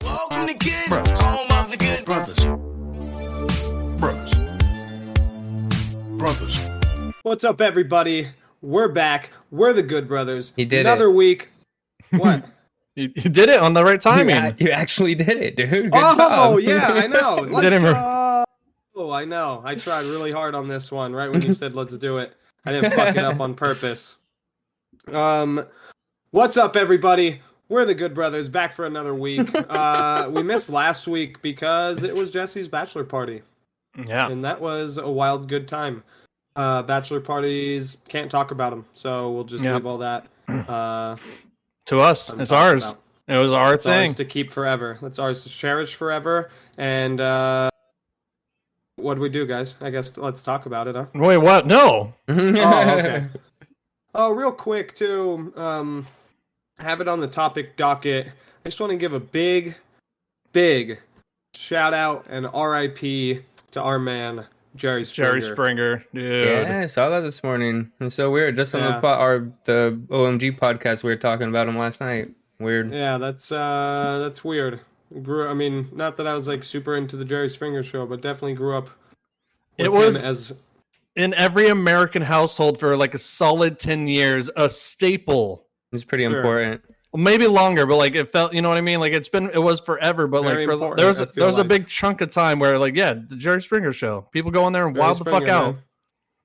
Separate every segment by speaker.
Speaker 1: from the good,
Speaker 2: Brothers.
Speaker 1: home of the good.
Speaker 2: Brothers. Brothers. Brothers.
Speaker 3: What's up, everybody? We're back. We're the Good Brothers.
Speaker 4: He did
Speaker 3: another
Speaker 4: it.
Speaker 3: week. What?
Speaker 5: You, you did it on the right
Speaker 4: You
Speaker 5: timing.
Speaker 4: a- you actually did it, dude. Good
Speaker 3: oh
Speaker 4: job.
Speaker 3: yeah, I know. Let's
Speaker 5: Didn't re-
Speaker 3: go. Oh, I know. I tried really hard on this one. Right when you said let's do it, I didn't fuck it up on purpose. Um, what's up, everybody? We're the Good Brothers back for another week. Uh, we missed last week because it was Jesse's bachelor party.
Speaker 5: yeah.
Speaker 3: and that was a wild good time. Uh, bachelor parties can't talk about them, so we'll just
Speaker 5: Yeah.
Speaker 3: leave all that. Uh,
Speaker 5: To us, it's ours.
Speaker 3: about.
Speaker 5: It was our
Speaker 3: it's
Speaker 5: thing.
Speaker 3: ours to keep forever. It's ours to cherish forever. And uh, what do we do, guys? I guess let's talk about it, huh?
Speaker 5: Wait, what? No.
Speaker 3: oh, okay. Oh, real quick too. Um, I have it on the topic docket. I just want to give a big, big shout out and R.I.P. to our man Jerry Springer.
Speaker 5: Jerry Springer, dude.
Speaker 4: Yeah, I saw that this morning. It's so weird. Just on
Speaker 3: Yeah.
Speaker 4: the po- our the OMG podcast, we were talking about him last night. Weird.
Speaker 3: Yeah, that's uh that's weird. Grew I mean, not that I was like super into the Jerry Springer show, but definitely grew up with
Speaker 5: It was
Speaker 3: him as
Speaker 5: in every American household for like a solid 10 years, a staple.
Speaker 4: It's pretty
Speaker 3: Sure.
Speaker 4: important.
Speaker 5: Well, maybe longer, but like it felt, you know what I mean? Like it's been, it was forever, but
Speaker 3: Very
Speaker 5: like for,
Speaker 3: important,
Speaker 5: there was,
Speaker 3: I
Speaker 5: a-
Speaker 3: feel
Speaker 5: there was
Speaker 3: like.
Speaker 5: a big chunk of time where like, yeah, the Jerry Springer show. People go in there and
Speaker 3: Jerry
Speaker 5: wild the fuck
Speaker 3: Springer,
Speaker 5: out.
Speaker 3: man.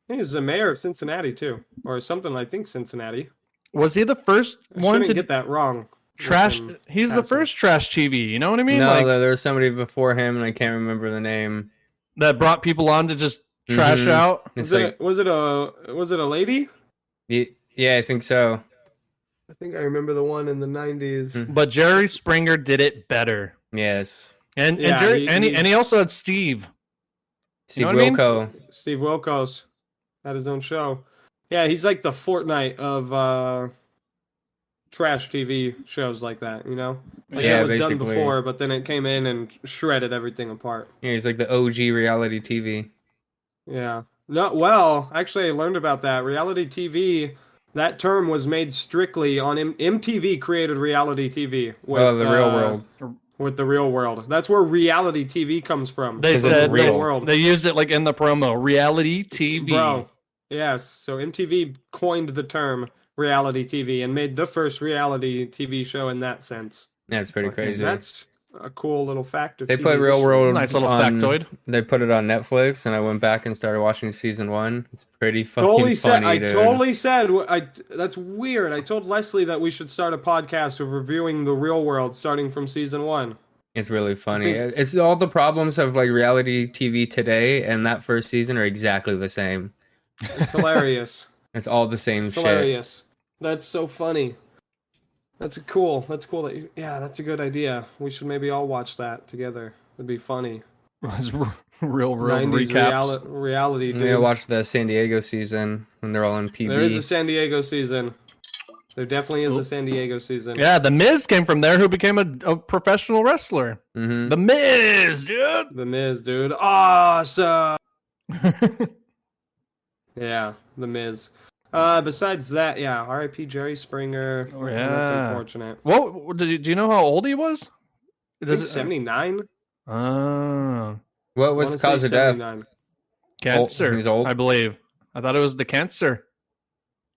Speaker 3: He was the mayor of Cincinnati too, or something. I think Cincinnati.
Speaker 5: Was he the first
Speaker 3: I
Speaker 5: one
Speaker 3: shouldn't
Speaker 5: to
Speaker 3: get that wrong. with
Speaker 5: trash?
Speaker 3: him.
Speaker 5: He's the
Speaker 3: passing.
Speaker 5: first trash TV. You know what I mean?
Speaker 4: no,
Speaker 5: like
Speaker 4: there, there was somebody before him, and I can't remember the name.
Speaker 5: that brought people on to just trash
Speaker 4: Mhm.
Speaker 3: Mm-hmm.
Speaker 5: out.
Speaker 4: It's
Speaker 3: Was,
Speaker 4: like,
Speaker 3: it, was it a was it a lady?
Speaker 4: y- yeah, I think so.
Speaker 3: I think I remember the one in the nineties.
Speaker 4: Hmm.
Speaker 5: But Jerry Springer did it better.
Speaker 4: Yes,
Speaker 5: And and,
Speaker 3: Yeah,
Speaker 5: Jerry,
Speaker 3: he-
Speaker 5: and, he,
Speaker 3: he-
Speaker 5: and he also had Steve.
Speaker 4: Steve
Speaker 5: You know what I mean?
Speaker 4: Wilco.
Speaker 3: Steve Wilkos had his own show. Yeah, he's like the Fortnite of uh trash TV shows like that, you know? Like
Speaker 4: Yeah,
Speaker 3: it was
Speaker 4: basically.
Speaker 3: done before, but then it came in and shredded everything apart.
Speaker 4: Yeah, he's like the OG reality TV.
Speaker 3: Yeah. No well, actually I learned about that. Reality TV that term was made strictly on M- MTV created reality TV with
Speaker 4: oh, the real
Speaker 3: uh,
Speaker 4: world.
Speaker 3: With the real world. That's where reality TV comes from.
Speaker 5: They
Speaker 4: 'Cause it's
Speaker 5: said
Speaker 4: real.
Speaker 5: They, they used it like in the promo reality TV.
Speaker 3: Bro, yes. So MTV coined the term reality TV and made the first reality TV show in that sense.
Speaker 4: That's pretty
Speaker 5: Fucking
Speaker 4: crazy.
Speaker 3: That's a cool little fact. Of
Speaker 4: They
Speaker 3: TV
Speaker 4: put Real
Speaker 3: history.
Speaker 4: World.
Speaker 5: Nice little
Speaker 4: on-
Speaker 5: factoid.
Speaker 4: They put it on Netflix, and I went back and started watching season one. It's pretty fucking
Speaker 3: Totally said.
Speaker 4: funny,
Speaker 3: I
Speaker 4: dude.
Speaker 3: totally said. I. That's weird. I told Leslie that we should start a podcast of reviewing the Real World starting from season one.
Speaker 4: It's really funny.
Speaker 3: think-
Speaker 4: It's all the problems of like reality TV today and that first season are exactly the same.
Speaker 3: It's hilarious.
Speaker 4: It's all the same
Speaker 3: It's
Speaker 4: shit.
Speaker 3: hilarious. That's so funny. That's cool. That's cool. That you, yeah, that's a good idea. We should maybe all watch that together. It'd be funny.
Speaker 5: It's r- real real
Speaker 3: 90s
Speaker 5: recaps.
Speaker 3: reali- reality.
Speaker 4: I'm
Speaker 3: Dude.
Speaker 4: gonna watch the San Diego season when they're all on PB.
Speaker 3: There is a San Diego season. There definitely is a San Diego season.
Speaker 5: Yeah, the Miz came from there, who became a, a professional wrestler.
Speaker 4: Mhm.
Speaker 5: The Miz, dude.
Speaker 3: The Miz, dude. Awesome. Yeah, The Miz. Uh, besides that, yeah, R.I.P. Jerry Springer.
Speaker 5: Oh,
Speaker 3: That's
Speaker 5: yeah.
Speaker 3: unfortunate.
Speaker 5: what do you, do you know how old he was? Does it-
Speaker 3: 79?
Speaker 5: Oh,
Speaker 4: What was the cause of death?
Speaker 5: cancer.
Speaker 4: he's old?
Speaker 5: I believe. I thought it was the cancer.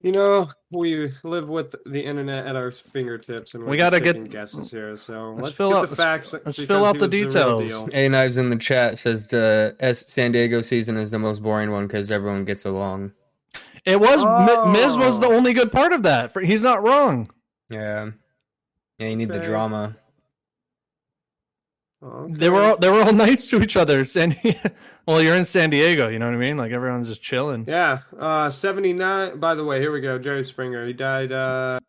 Speaker 3: You know, we live with the internet at our fingertips, and we're
Speaker 5: We gotta
Speaker 3: just
Speaker 5: get-
Speaker 3: taking guesses here. So
Speaker 5: let's
Speaker 3: let's,
Speaker 5: fill
Speaker 3: get
Speaker 5: out-
Speaker 3: the
Speaker 5: let's-
Speaker 3: facts.
Speaker 5: let's
Speaker 3: because
Speaker 5: fill out
Speaker 3: he
Speaker 5: the
Speaker 3: was real
Speaker 5: details.
Speaker 3: deal.
Speaker 4: A knives in the chat says the S- San Diego season is the most boring one because everyone gets along.
Speaker 5: It was Mi- Miz was the
Speaker 3: Oh.
Speaker 5: only good part of that. For- He's not wrong.
Speaker 4: Yeah, yeah, you need the
Speaker 3: Okay.
Speaker 4: drama.
Speaker 3: Okay.
Speaker 5: They were all they were all nice to each other. San well, you're in San Diego, you know what I mean? Like everyone's just chilling.
Speaker 3: Yeah, uh, 79. By the way, here we go. Jerry Springer. He died uh,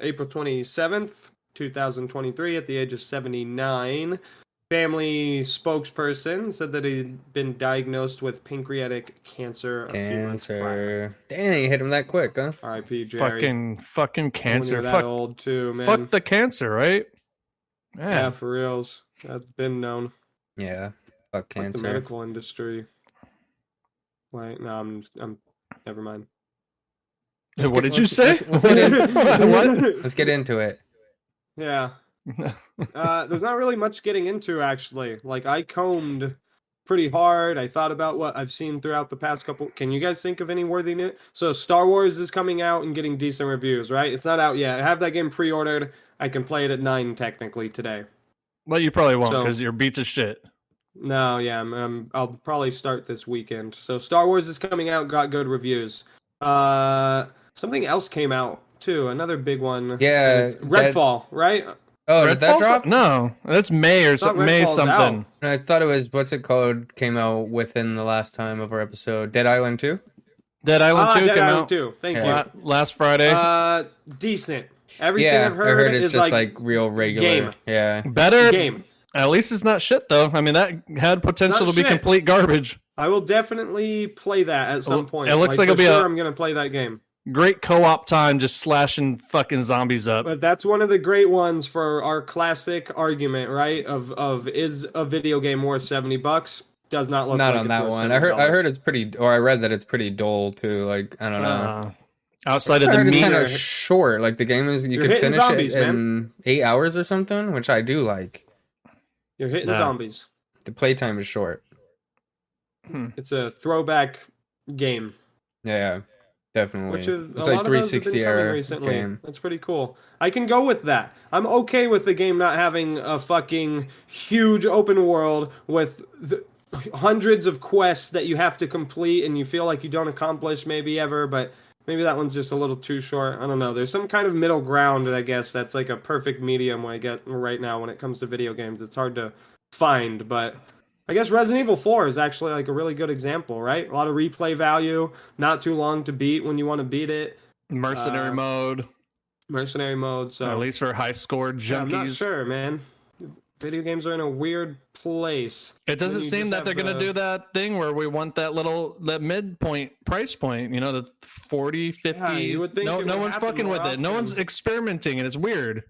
Speaker 3: April 27th, 2023, at the age of 79. Family spokesperson said that he'd been diagnosed with pancreatic cancer. a few months prior.
Speaker 4: Cancer. Dang, you hit him that quick, huh?
Speaker 3: R.I.P. Jerry.
Speaker 5: Fucking fucking
Speaker 3: When you're
Speaker 5: cancer.
Speaker 3: that
Speaker 5: Fuck
Speaker 3: old too, man.
Speaker 5: fuck the cancer, right? Yeah.
Speaker 3: yeah, for reals. That's been known.
Speaker 4: Yeah, fuck
Speaker 3: Like the
Speaker 4: cancer.
Speaker 3: medical industry. Like, no, I'm, I'm, never mind.
Speaker 5: What
Speaker 4: get-
Speaker 5: did you
Speaker 4: let's-
Speaker 5: say?
Speaker 4: let's- let's get in.
Speaker 5: What?
Speaker 4: Let's get into it.
Speaker 3: Yeah. uh, there's not really much getting into actually. Like I combed pretty hard. I thought about what I've seen throughout the past couple. Can you guys think of any worthy new? So Star Wars is coming out and getting decent reviews, right? It's not out yet. I have that game pre-ordered. I can play it at nine technically today.
Speaker 5: But you probably won't
Speaker 3: So-
Speaker 5: because you're beat to shit.
Speaker 3: No, yeah, I'm, I'm, I'll probably start this weekend. So Star Wars is coming out, got good reviews. Uh, something else came out too, another big one.
Speaker 4: Yeah,
Speaker 3: It's
Speaker 4: that-
Speaker 3: Redfall, right?
Speaker 4: Oh, did that
Speaker 5: Redfall's-
Speaker 4: drop?
Speaker 5: No, that's May or
Speaker 3: thought
Speaker 5: something. May
Speaker 3: Redfall's out.
Speaker 5: something.
Speaker 4: No, I thought it was what's it called came out within the last time of our episode. Dead Island 2?
Speaker 5: Dead Island
Speaker 3: Ah,
Speaker 5: Two
Speaker 3: Dead
Speaker 5: came
Speaker 3: Island
Speaker 5: out
Speaker 3: 2. Thank
Speaker 4: Yeah.
Speaker 5: la- last Friday.
Speaker 3: you. Uh, decent. Everything
Speaker 4: yeah,
Speaker 3: I've heard,
Speaker 4: I heard it's
Speaker 3: is
Speaker 4: just
Speaker 3: like,
Speaker 4: like, real regular.
Speaker 3: game.
Speaker 4: Yeah.
Speaker 5: Better.
Speaker 3: game.
Speaker 5: At least it's not shit though. I mean, that had potential to
Speaker 3: Not
Speaker 5: be
Speaker 3: shit.
Speaker 5: complete garbage.
Speaker 3: I will definitely play that at some
Speaker 5: It
Speaker 3: point.
Speaker 5: looks like
Speaker 3: for
Speaker 5: it'll be
Speaker 3: sure
Speaker 5: a-
Speaker 3: I'm gonna play that game.
Speaker 5: Great co-op time, just slashing fucking zombies up.
Speaker 3: But that's one of the great ones for our classic argument, right? Of of is a video game worth seventy bucks? Does not look
Speaker 4: Not
Speaker 3: like
Speaker 4: on
Speaker 3: it's
Speaker 4: that
Speaker 3: worth
Speaker 4: one. I heard
Speaker 3: $70.
Speaker 4: I heard it's pretty or I read that it's pretty dull too. Like I don't know.
Speaker 5: Uh, outside
Speaker 4: I
Speaker 5: of the
Speaker 4: heard it's
Speaker 5: meat,
Speaker 4: kind
Speaker 3: meter-
Speaker 4: of short. Like the game is you
Speaker 3: You're
Speaker 4: could
Speaker 3: hitting
Speaker 4: finish
Speaker 3: zombies,
Speaker 4: it in
Speaker 3: man.
Speaker 4: eight hours or something, which I do like.
Speaker 3: You're hitting
Speaker 5: Nah.
Speaker 3: zombies.
Speaker 4: The playtime is short.
Speaker 3: It's a throwback game,
Speaker 4: Yeah, definitely.
Speaker 3: which is
Speaker 4: it's
Speaker 3: a
Speaker 4: like
Speaker 3: lot of those have
Speaker 4: 360
Speaker 3: been coming
Speaker 4: era
Speaker 3: recently.
Speaker 4: game.
Speaker 3: That's pretty cool. I can go with that. I'm okay with the game not having a fucking huge open world with the, hundreds of quests that you have to complete and you feel like you don't accomplish maybe ever, but maybe that one's just a little too short. I don't know. There's some kind of middle ground, I guess, that's like a perfect medium I get right now when it comes to video games. It's hard to find, but I guess Resident Evil 4 is actually like a really good example, right? A lot of replay value, not too long to beat when you want to beat it,
Speaker 5: mercenary
Speaker 3: Uh,
Speaker 5: mode,
Speaker 3: mercenary mode, so
Speaker 5: at least for high score
Speaker 3: Yeah, I'm not
Speaker 5: junkies.
Speaker 3: sure, man. Video games are in a weird place.
Speaker 5: It doesn't
Speaker 3: you
Speaker 5: seem
Speaker 3: just
Speaker 5: that they're
Speaker 3: have,
Speaker 5: going to do
Speaker 3: uh,
Speaker 5: that thing where we want that little that midpoint price point, you know, the 40, 50.
Speaker 3: Yeah, you would think
Speaker 5: no
Speaker 3: it
Speaker 5: no
Speaker 3: would
Speaker 5: one's
Speaker 3: happen
Speaker 5: fucking
Speaker 3: more
Speaker 5: with it. No
Speaker 3: often.
Speaker 5: one's experimenting and it's weird.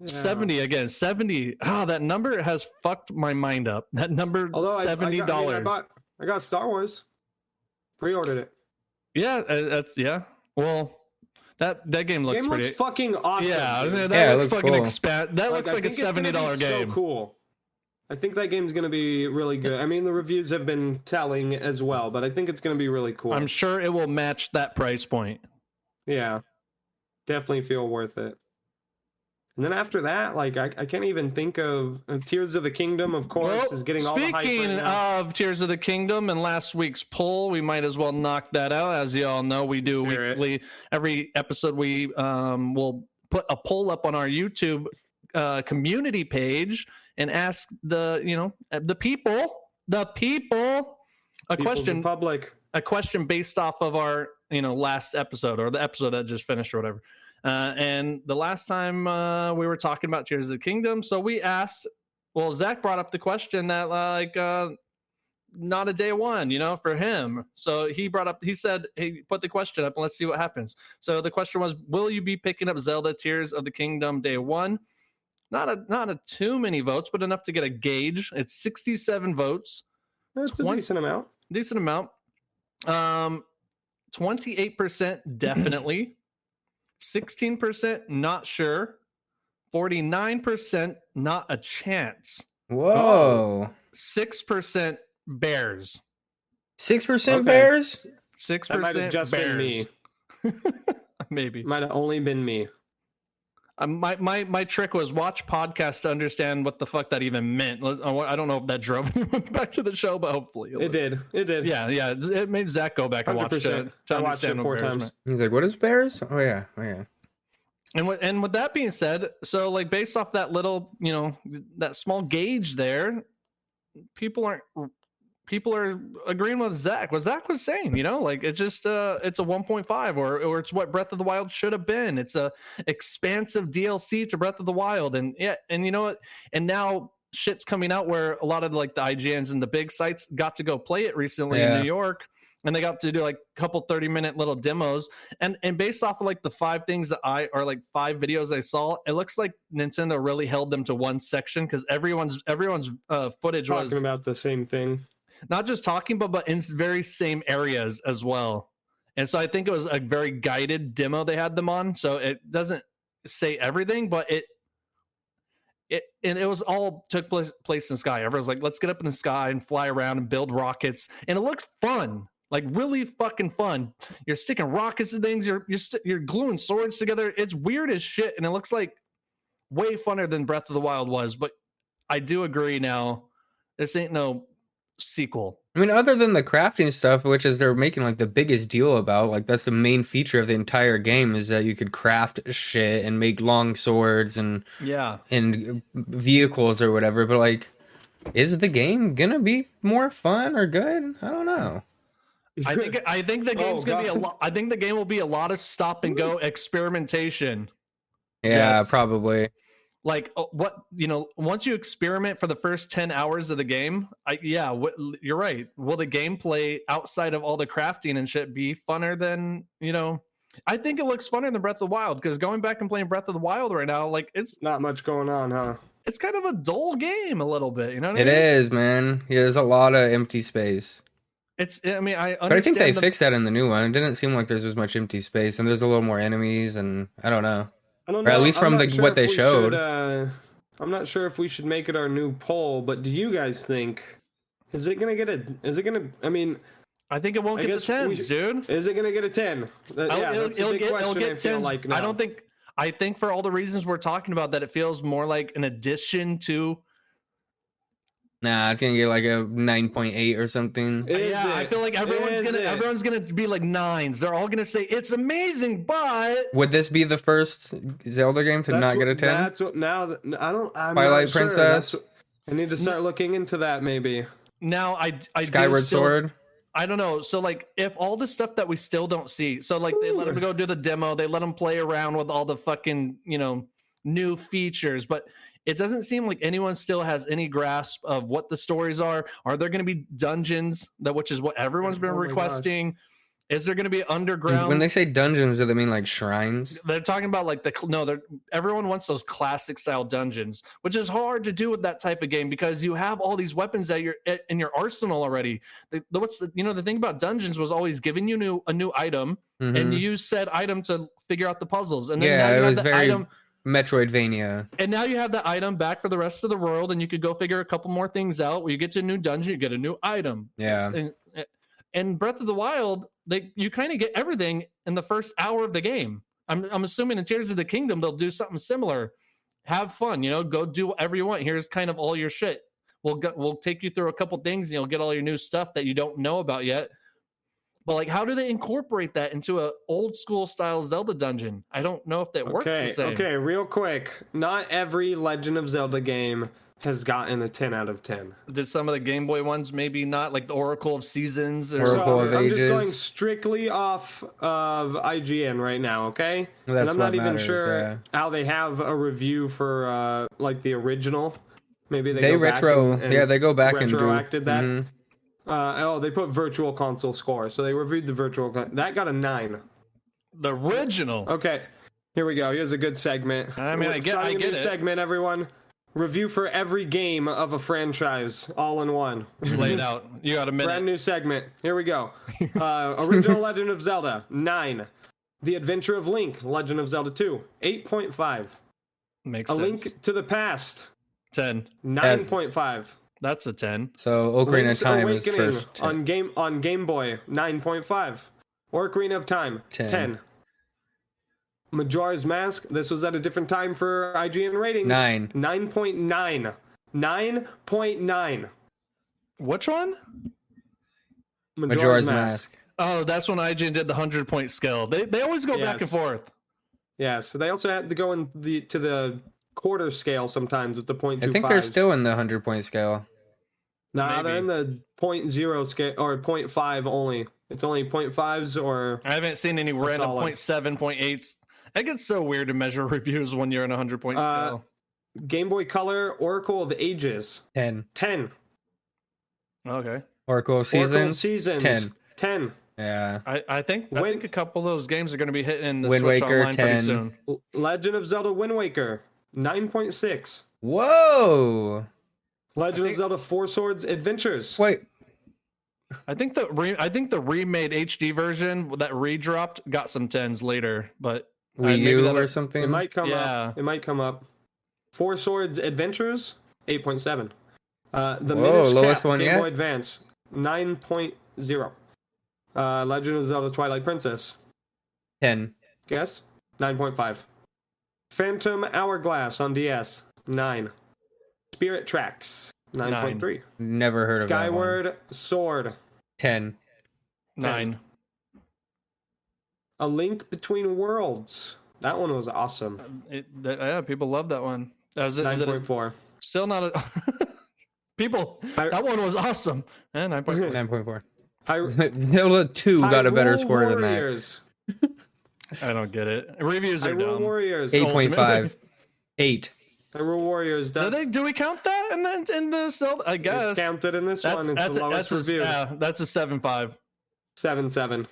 Speaker 3: Yeah.
Speaker 5: 70 again. 70. Ah, that number has fucked my mind up. That number
Speaker 3: Although I- I,
Speaker 5: $70.
Speaker 3: got- I, mean, I bought, I got Star Wars. Pre-ordered it.
Speaker 5: yeah, uh, that's yeah. Well, that that game looks
Speaker 3: game
Speaker 5: pretty
Speaker 3: looks fucking awesome.
Speaker 5: Yeah, I was gonna-
Speaker 3: dude.
Speaker 5: that
Speaker 4: Yeah, it
Speaker 5: looks,
Speaker 4: looks
Speaker 5: fucking
Speaker 4: cool.
Speaker 5: expand. That looks
Speaker 3: I
Speaker 5: like a
Speaker 3: think it's gonna be
Speaker 5: seventy dollar game.
Speaker 3: So cool. I think that game's gonna be really good. I mean, the reviews have been telling as well, but I think it's gonna be really cool.
Speaker 5: I'm sure it will match that price point.
Speaker 3: yeah, definitely feel worth it. And then after that, like I, I can't even think of uh, Tears of the Kingdom. Of course,
Speaker 5: Well,
Speaker 3: is getting all the hype right
Speaker 5: speaking uh,
Speaker 3: now.
Speaker 5: of Tears of the Kingdom and last week's poll, we might as well knock that out. As you all know, we do
Speaker 3: Let's hear it.
Speaker 5: weekly. Every episode, we um, will put a poll up on our YouTube uh, community page and ask the you know the people, the people, a
Speaker 3: People's
Speaker 5: question
Speaker 3: Republic.
Speaker 5: a question based off of our you know last episode or the episode that just finished or whatever uh, and the last time uh, we were talking about tears of the kingdom so we asked well zach brought up the question that like uh, not a day one you know for him so he brought up he said he put the question up and let's see what happens so the question was will you be picking up zelda tears of the kingdom day one not a not a too many votes but enough to get a gauge it's 67 votes
Speaker 3: That's a
Speaker 5: 20
Speaker 3: decent amount.
Speaker 5: decent amount. Um, twenty eight percent definitely, sixteen percent not sure, forty nine percent not a chance,
Speaker 3: Oh.
Speaker 4: Whoa.
Speaker 5: six percent bears,
Speaker 4: Six percent
Speaker 3: Okay.
Speaker 4: bears?
Speaker 5: six
Speaker 3: That might have
Speaker 5: percent
Speaker 3: just
Speaker 5: bears.
Speaker 3: been me.
Speaker 5: Maybe
Speaker 3: Might have only been me.
Speaker 5: Uh, my my my trick was watch podcast to understand what the fuck that even meant. Let- I wa- I don't know if that drove anyone back to the show, but hopefully
Speaker 3: It did. It did.
Speaker 5: Yeah, yeah, it- it made Zach go back and watch it
Speaker 3: 100%.
Speaker 5: to,
Speaker 3: I watched it
Speaker 5: understand what
Speaker 3: four
Speaker 5: bears
Speaker 3: times.
Speaker 5: meant.
Speaker 4: He's like, what is bears? Oh yeah, oh yeah.
Speaker 5: And with, and with that being said, so like based off that little, you know, that small gauge there, people aren't people are agreeing with Zach. What Zach was saying, you know, like it's just uh it's a 1.5 or or it's what Breath of the Wild should have been. It's a expansive DLC to Breath of the Wild. And yeah, and you know what? And now shit's coming out where a lot of like the IGNs and the big sites got to go play it recently
Speaker 4: Yeah.
Speaker 5: in New York. And they got to do like a couple 30 minute little demos. And and based off of like the five things that I or like five videos I saw, it looks like Nintendo really held them to one section because everyone's everyone's uh footage
Speaker 3: Talking
Speaker 5: was
Speaker 3: about the same thing.
Speaker 5: not just talking but but in s- very same areas as well and so i think it was a very guided demo they had them on so it doesn't say everything but it it and it was all took place place in the sky. Everyone's like, let's get up in the sky and fly around and build rockets, and it looks fun, like really fucking fun. You're sticking rockets and things. You're you're st- you're gluing swords together. It's weird as shit, and it looks like way funner than Breath of the Wild was. But I do agree now. This ain't no sequel.
Speaker 4: I mean, other than the crafting stuff, which is they're making like the biggest deal about, like that's the main feature of the entire game is that you could craft shit and make long swords and
Speaker 5: Yeah.
Speaker 4: and vehicles or whatever. But like, is the game gonna be more fun or good? I don't know.
Speaker 5: I think I think the
Speaker 3: Oh,
Speaker 5: game's gonna be a
Speaker 3: God.
Speaker 5: lot. I think the game will be a lot of stop and go experimentation.
Speaker 4: Yeah,
Speaker 5: Yes.
Speaker 4: probably.
Speaker 5: Like uh, what you know, once you experiment for the first ten hours of the game, I, yeah, what, you're right. Will the gameplay outside of all the crafting and shit be funner than you know? I think it looks funner than Breath of the Wild because going back and playing Breath of the Wild right now, like it's
Speaker 3: Not much going on, huh?
Speaker 5: it's kind of a dull game a little bit. You know, what
Speaker 4: It
Speaker 5: I mean?
Speaker 4: is, man. Yeah, there's a lot of empty space.
Speaker 5: It's I mean, I understand
Speaker 4: But I think they
Speaker 5: the-
Speaker 4: fixed that in the new one. It didn't seem like there's as much empty space, and there's a little more enemies, and I don't know.
Speaker 3: I don't
Speaker 4: Or at
Speaker 3: know.
Speaker 4: least
Speaker 3: I'm
Speaker 4: from
Speaker 3: not
Speaker 4: the- what
Speaker 3: if
Speaker 4: they
Speaker 3: we should,
Speaker 4: showed.
Speaker 3: uh, I'm not sure if we should make it our new poll, but do you guys think is it gonna get a? Is it gonna? I mean,
Speaker 5: I think it won't
Speaker 3: I
Speaker 5: get the
Speaker 3: guess we-
Speaker 5: tens, dude.
Speaker 3: is it gonna get a ten? That-
Speaker 5: I'll-
Speaker 3: yeah,
Speaker 5: it'll,
Speaker 3: that's a
Speaker 5: it'll
Speaker 3: big
Speaker 5: get, it'll
Speaker 3: question. I
Speaker 5: get
Speaker 3: feel
Speaker 5: 10s.
Speaker 3: like
Speaker 5: I
Speaker 3: now.
Speaker 5: don't think. I think for all the reasons we're talking about, that it feels more like an addition to.
Speaker 4: Nah, it's gonna get like a nine point eight or something.
Speaker 3: Is
Speaker 5: yeah, I
Speaker 3: it?
Speaker 5: feel like everyone's
Speaker 3: Is
Speaker 5: gonna
Speaker 3: it?
Speaker 5: everyone's gonna be like nines. They're all gonna say it's amazing, but
Speaker 4: Would this be the first Zelda game to
Speaker 3: That's
Speaker 4: not get a
Speaker 3: what-
Speaker 4: ten?
Speaker 3: That's what now. that- I don't. I'm
Speaker 4: Twilight
Speaker 3: not sure.
Speaker 4: Princess?
Speaker 3: That's what- I need to start looking into that maybe.
Speaker 5: now I I do
Speaker 4: Skyward
Speaker 5: still-
Speaker 4: Sword.
Speaker 5: I don't know. So like, if all the stuff that we still don't see, so like they let them go do the demo, they let them play around with all the fucking you know new features, but it doesn't seem like anyone still has any grasp of what the stories are. Are there going to be dungeons that, which is what everyone's been
Speaker 3: Oh my gosh.
Speaker 5: requesting? Is there going to be
Speaker 4: And
Speaker 5: underground?
Speaker 4: When they say dungeons, do they mean like shrines?
Speaker 5: they're talking about like the cl- no they're everyone wants those classic style dungeons which is hard to do with that type of game because you have all these weapons that you're eh, in your arsenal already the, the- what's the, you know the thing about dungeons was always giving you new a new item
Speaker 4: Mhm.
Speaker 5: and you use said item to figure out the puzzles and then
Speaker 4: Yeah,
Speaker 5: now you
Speaker 4: it
Speaker 5: have
Speaker 4: was
Speaker 5: the
Speaker 4: very-
Speaker 5: item
Speaker 4: Metroidvania.
Speaker 5: and now you have the item back for the rest of the world and you could go figure a couple more things out where you get to a new dungeon you get a new item
Speaker 4: Yeah.
Speaker 5: and, and breath of the wild they you kind of get everything in the first hour of the game I'm, I'm assuming in tears of the kingdom they'll do something similar have fun you know go do whatever you want here's kind of all your shit we'll go, we'll take you through a couple things and you'll get all your new stuff that you don't know about yet but like how do they incorporate that into a old school style zelda dungeon i don't know if that works the
Speaker 3: Okay,
Speaker 5: same.
Speaker 3: okay, real quick. Not every Legend of Zelda game has gotten a 10 out of 10.
Speaker 5: did some of the Game Boy ones maybe not like the Oracle of Seasons or
Speaker 4: Oracle
Speaker 3: So,
Speaker 4: of
Speaker 3: I'm just going
Speaker 4: Ages.
Speaker 3: strictly off of IGN right now, okay? and
Speaker 4: Well, that's
Speaker 3: I'm
Speaker 4: what
Speaker 3: not even
Speaker 4: matters,
Speaker 3: sure
Speaker 4: yeah.
Speaker 3: how they have a review for uh, like the original. Maybe they,
Speaker 4: They
Speaker 3: go back
Speaker 4: retro.
Speaker 3: and- and
Speaker 4: yeah, they go back and do.
Speaker 3: retroacted that.
Speaker 4: Mhm.
Speaker 3: Uh, oh, they put Virtual Console score, so they reviewed the Virtual Con- that got a nine.
Speaker 5: the original.
Speaker 3: Okay, here we go. Here's a good segment.
Speaker 5: I mean, I
Speaker 3: We're
Speaker 5: get-
Speaker 3: starting
Speaker 5: I
Speaker 3: a
Speaker 5: get
Speaker 3: new
Speaker 5: it.
Speaker 3: Segment, everyone. Review for every game of a franchise, all in one.
Speaker 5: Laid out. You got a minute.
Speaker 3: Brand new segment. Here we go. Uh, original Legend of Zelda nine. The Adventure of Link, Legend of Zelda 2, 8.5.
Speaker 5: Makes
Speaker 3: A
Speaker 5: sense.
Speaker 3: Link to the Past,
Speaker 5: Ten.
Speaker 3: 9.5.
Speaker 5: That's a ten.
Speaker 4: So Ocarina
Speaker 3: Link's
Speaker 4: of Time is
Speaker 3: Awakening
Speaker 4: first.
Speaker 3: on game on Game Boy 9.5. Ocarina of Time 10.
Speaker 4: 10.
Speaker 3: Majora's Mask. This was at a different time for IGN ratings.
Speaker 4: Nine.
Speaker 3: 9.9. 9.9.
Speaker 5: Which one?
Speaker 3: Majora's,
Speaker 4: Majora's Mask.
Speaker 5: Oh, that's when IGN did the hundred point scale. They they always go back
Speaker 3: Yes.
Speaker 5: and forth.
Speaker 3: Yeah, so they also had to go in the to the quarter scale sometimes at the point
Speaker 4: I think they're still in the hundred point scale.
Speaker 3: Nah, they're
Speaker 5: maybe.
Speaker 3: in the point zero scale or point five only. It's only point fives or
Speaker 5: I haven't seen any random
Speaker 3: solid.
Speaker 5: point seven, point eights. It gets so weird to measure reviews when you're in a hundred point
Speaker 3: Uh,
Speaker 5: scale.
Speaker 3: Game Boy Color Oracle of Ages
Speaker 4: Ten.
Speaker 3: ten.
Speaker 5: Okay.
Speaker 4: Oracle of
Speaker 3: Oracle of
Speaker 4: Seasons.
Speaker 3: Seasons.
Speaker 4: Ten.
Speaker 3: 10.
Speaker 4: Yeah.
Speaker 5: I, I think I
Speaker 3: When-
Speaker 5: think a couple of those games are going to be hitting in the
Speaker 4: Wind
Speaker 5: Switch
Speaker 4: Waker,
Speaker 5: online pretty
Speaker 4: 10.
Speaker 5: soon.
Speaker 3: L- Legend of Zelda Wind Waker, 9.6.
Speaker 4: Whoa.
Speaker 3: Legend
Speaker 5: think-
Speaker 3: of Zelda Four Swords Adventures.
Speaker 4: Wait.
Speaker 5: I think the re- I think the remade HD version that redropped got some tens later, but
Speaker 4: Wii
Speaker 5: maybe
Speaker 4: U
Speaker 5: that'll-
Speaker 4: or something.
Speaker 3: It might come
Speaker 5: Yeah.
Speaker 3: up. It might come up. Four Swords Adventures, 8.7. Uh, the
Speaker 4: Whoa,
Speaker 3: Minish
Speaker 4: lowest
Speaker 3: Cap
Speaker 4: one
Speaker 3: Game
Speaker 4: yet?
Speaker 3: Boy Advance, 9.0. Uh, Legend of Zelda Twilight Princess,
Speaker 4: Ten.
Speaker 3: guess, 9.5. Phantom Hourglass on DS, 9. Spirit Tracks, 9.3.
Speaker 4: Never heard of that one.
Speaker 3: Skyward Sword,
Speaker 4: Ten.
Speaker 5: Nine.
Speaker 3: A Link Between Worlds. That one was awesome.
Speaker 5: um, It, that, yeah, people love that one. That was, is it a-
Speaker 3: 9.4.
Speaker 5: still not a people?
Speaker 3: I-
Speaker 5: that one was awesome. And nine point four.
Speaker 4: Nine point four.
Speaker 3: Hy-
Speaker 4: Zelda two got a better
Speaker 3: Hyrule
Speaker 4: score than that.
Speaker 3: Warriors.
Speaker 5: I don't get it. Reviews are
Speaker 3: Hyrule
Speaker 5: dumb.
Speaker 3: Warriors.
Speaker 4: Eight point five. Eight.
Speaker 3: Hyrule Warriors.
Speaker 5: Do
Speaker 3: That's
Speaker 5: they? Do we count that in the in the cell? I guess
Speaker 3: it's counted in this
Speaker 5: that's
Speaker 3: one. It's
Speaker 5: that's
Speaker 3: the
Speaker 5: a,
Speaker 3: lowest
Speaker 5: that's a,
Speaker 3: review.
Speaker 5: yeah, that's a seven five.
Speaker 3: Seven seven.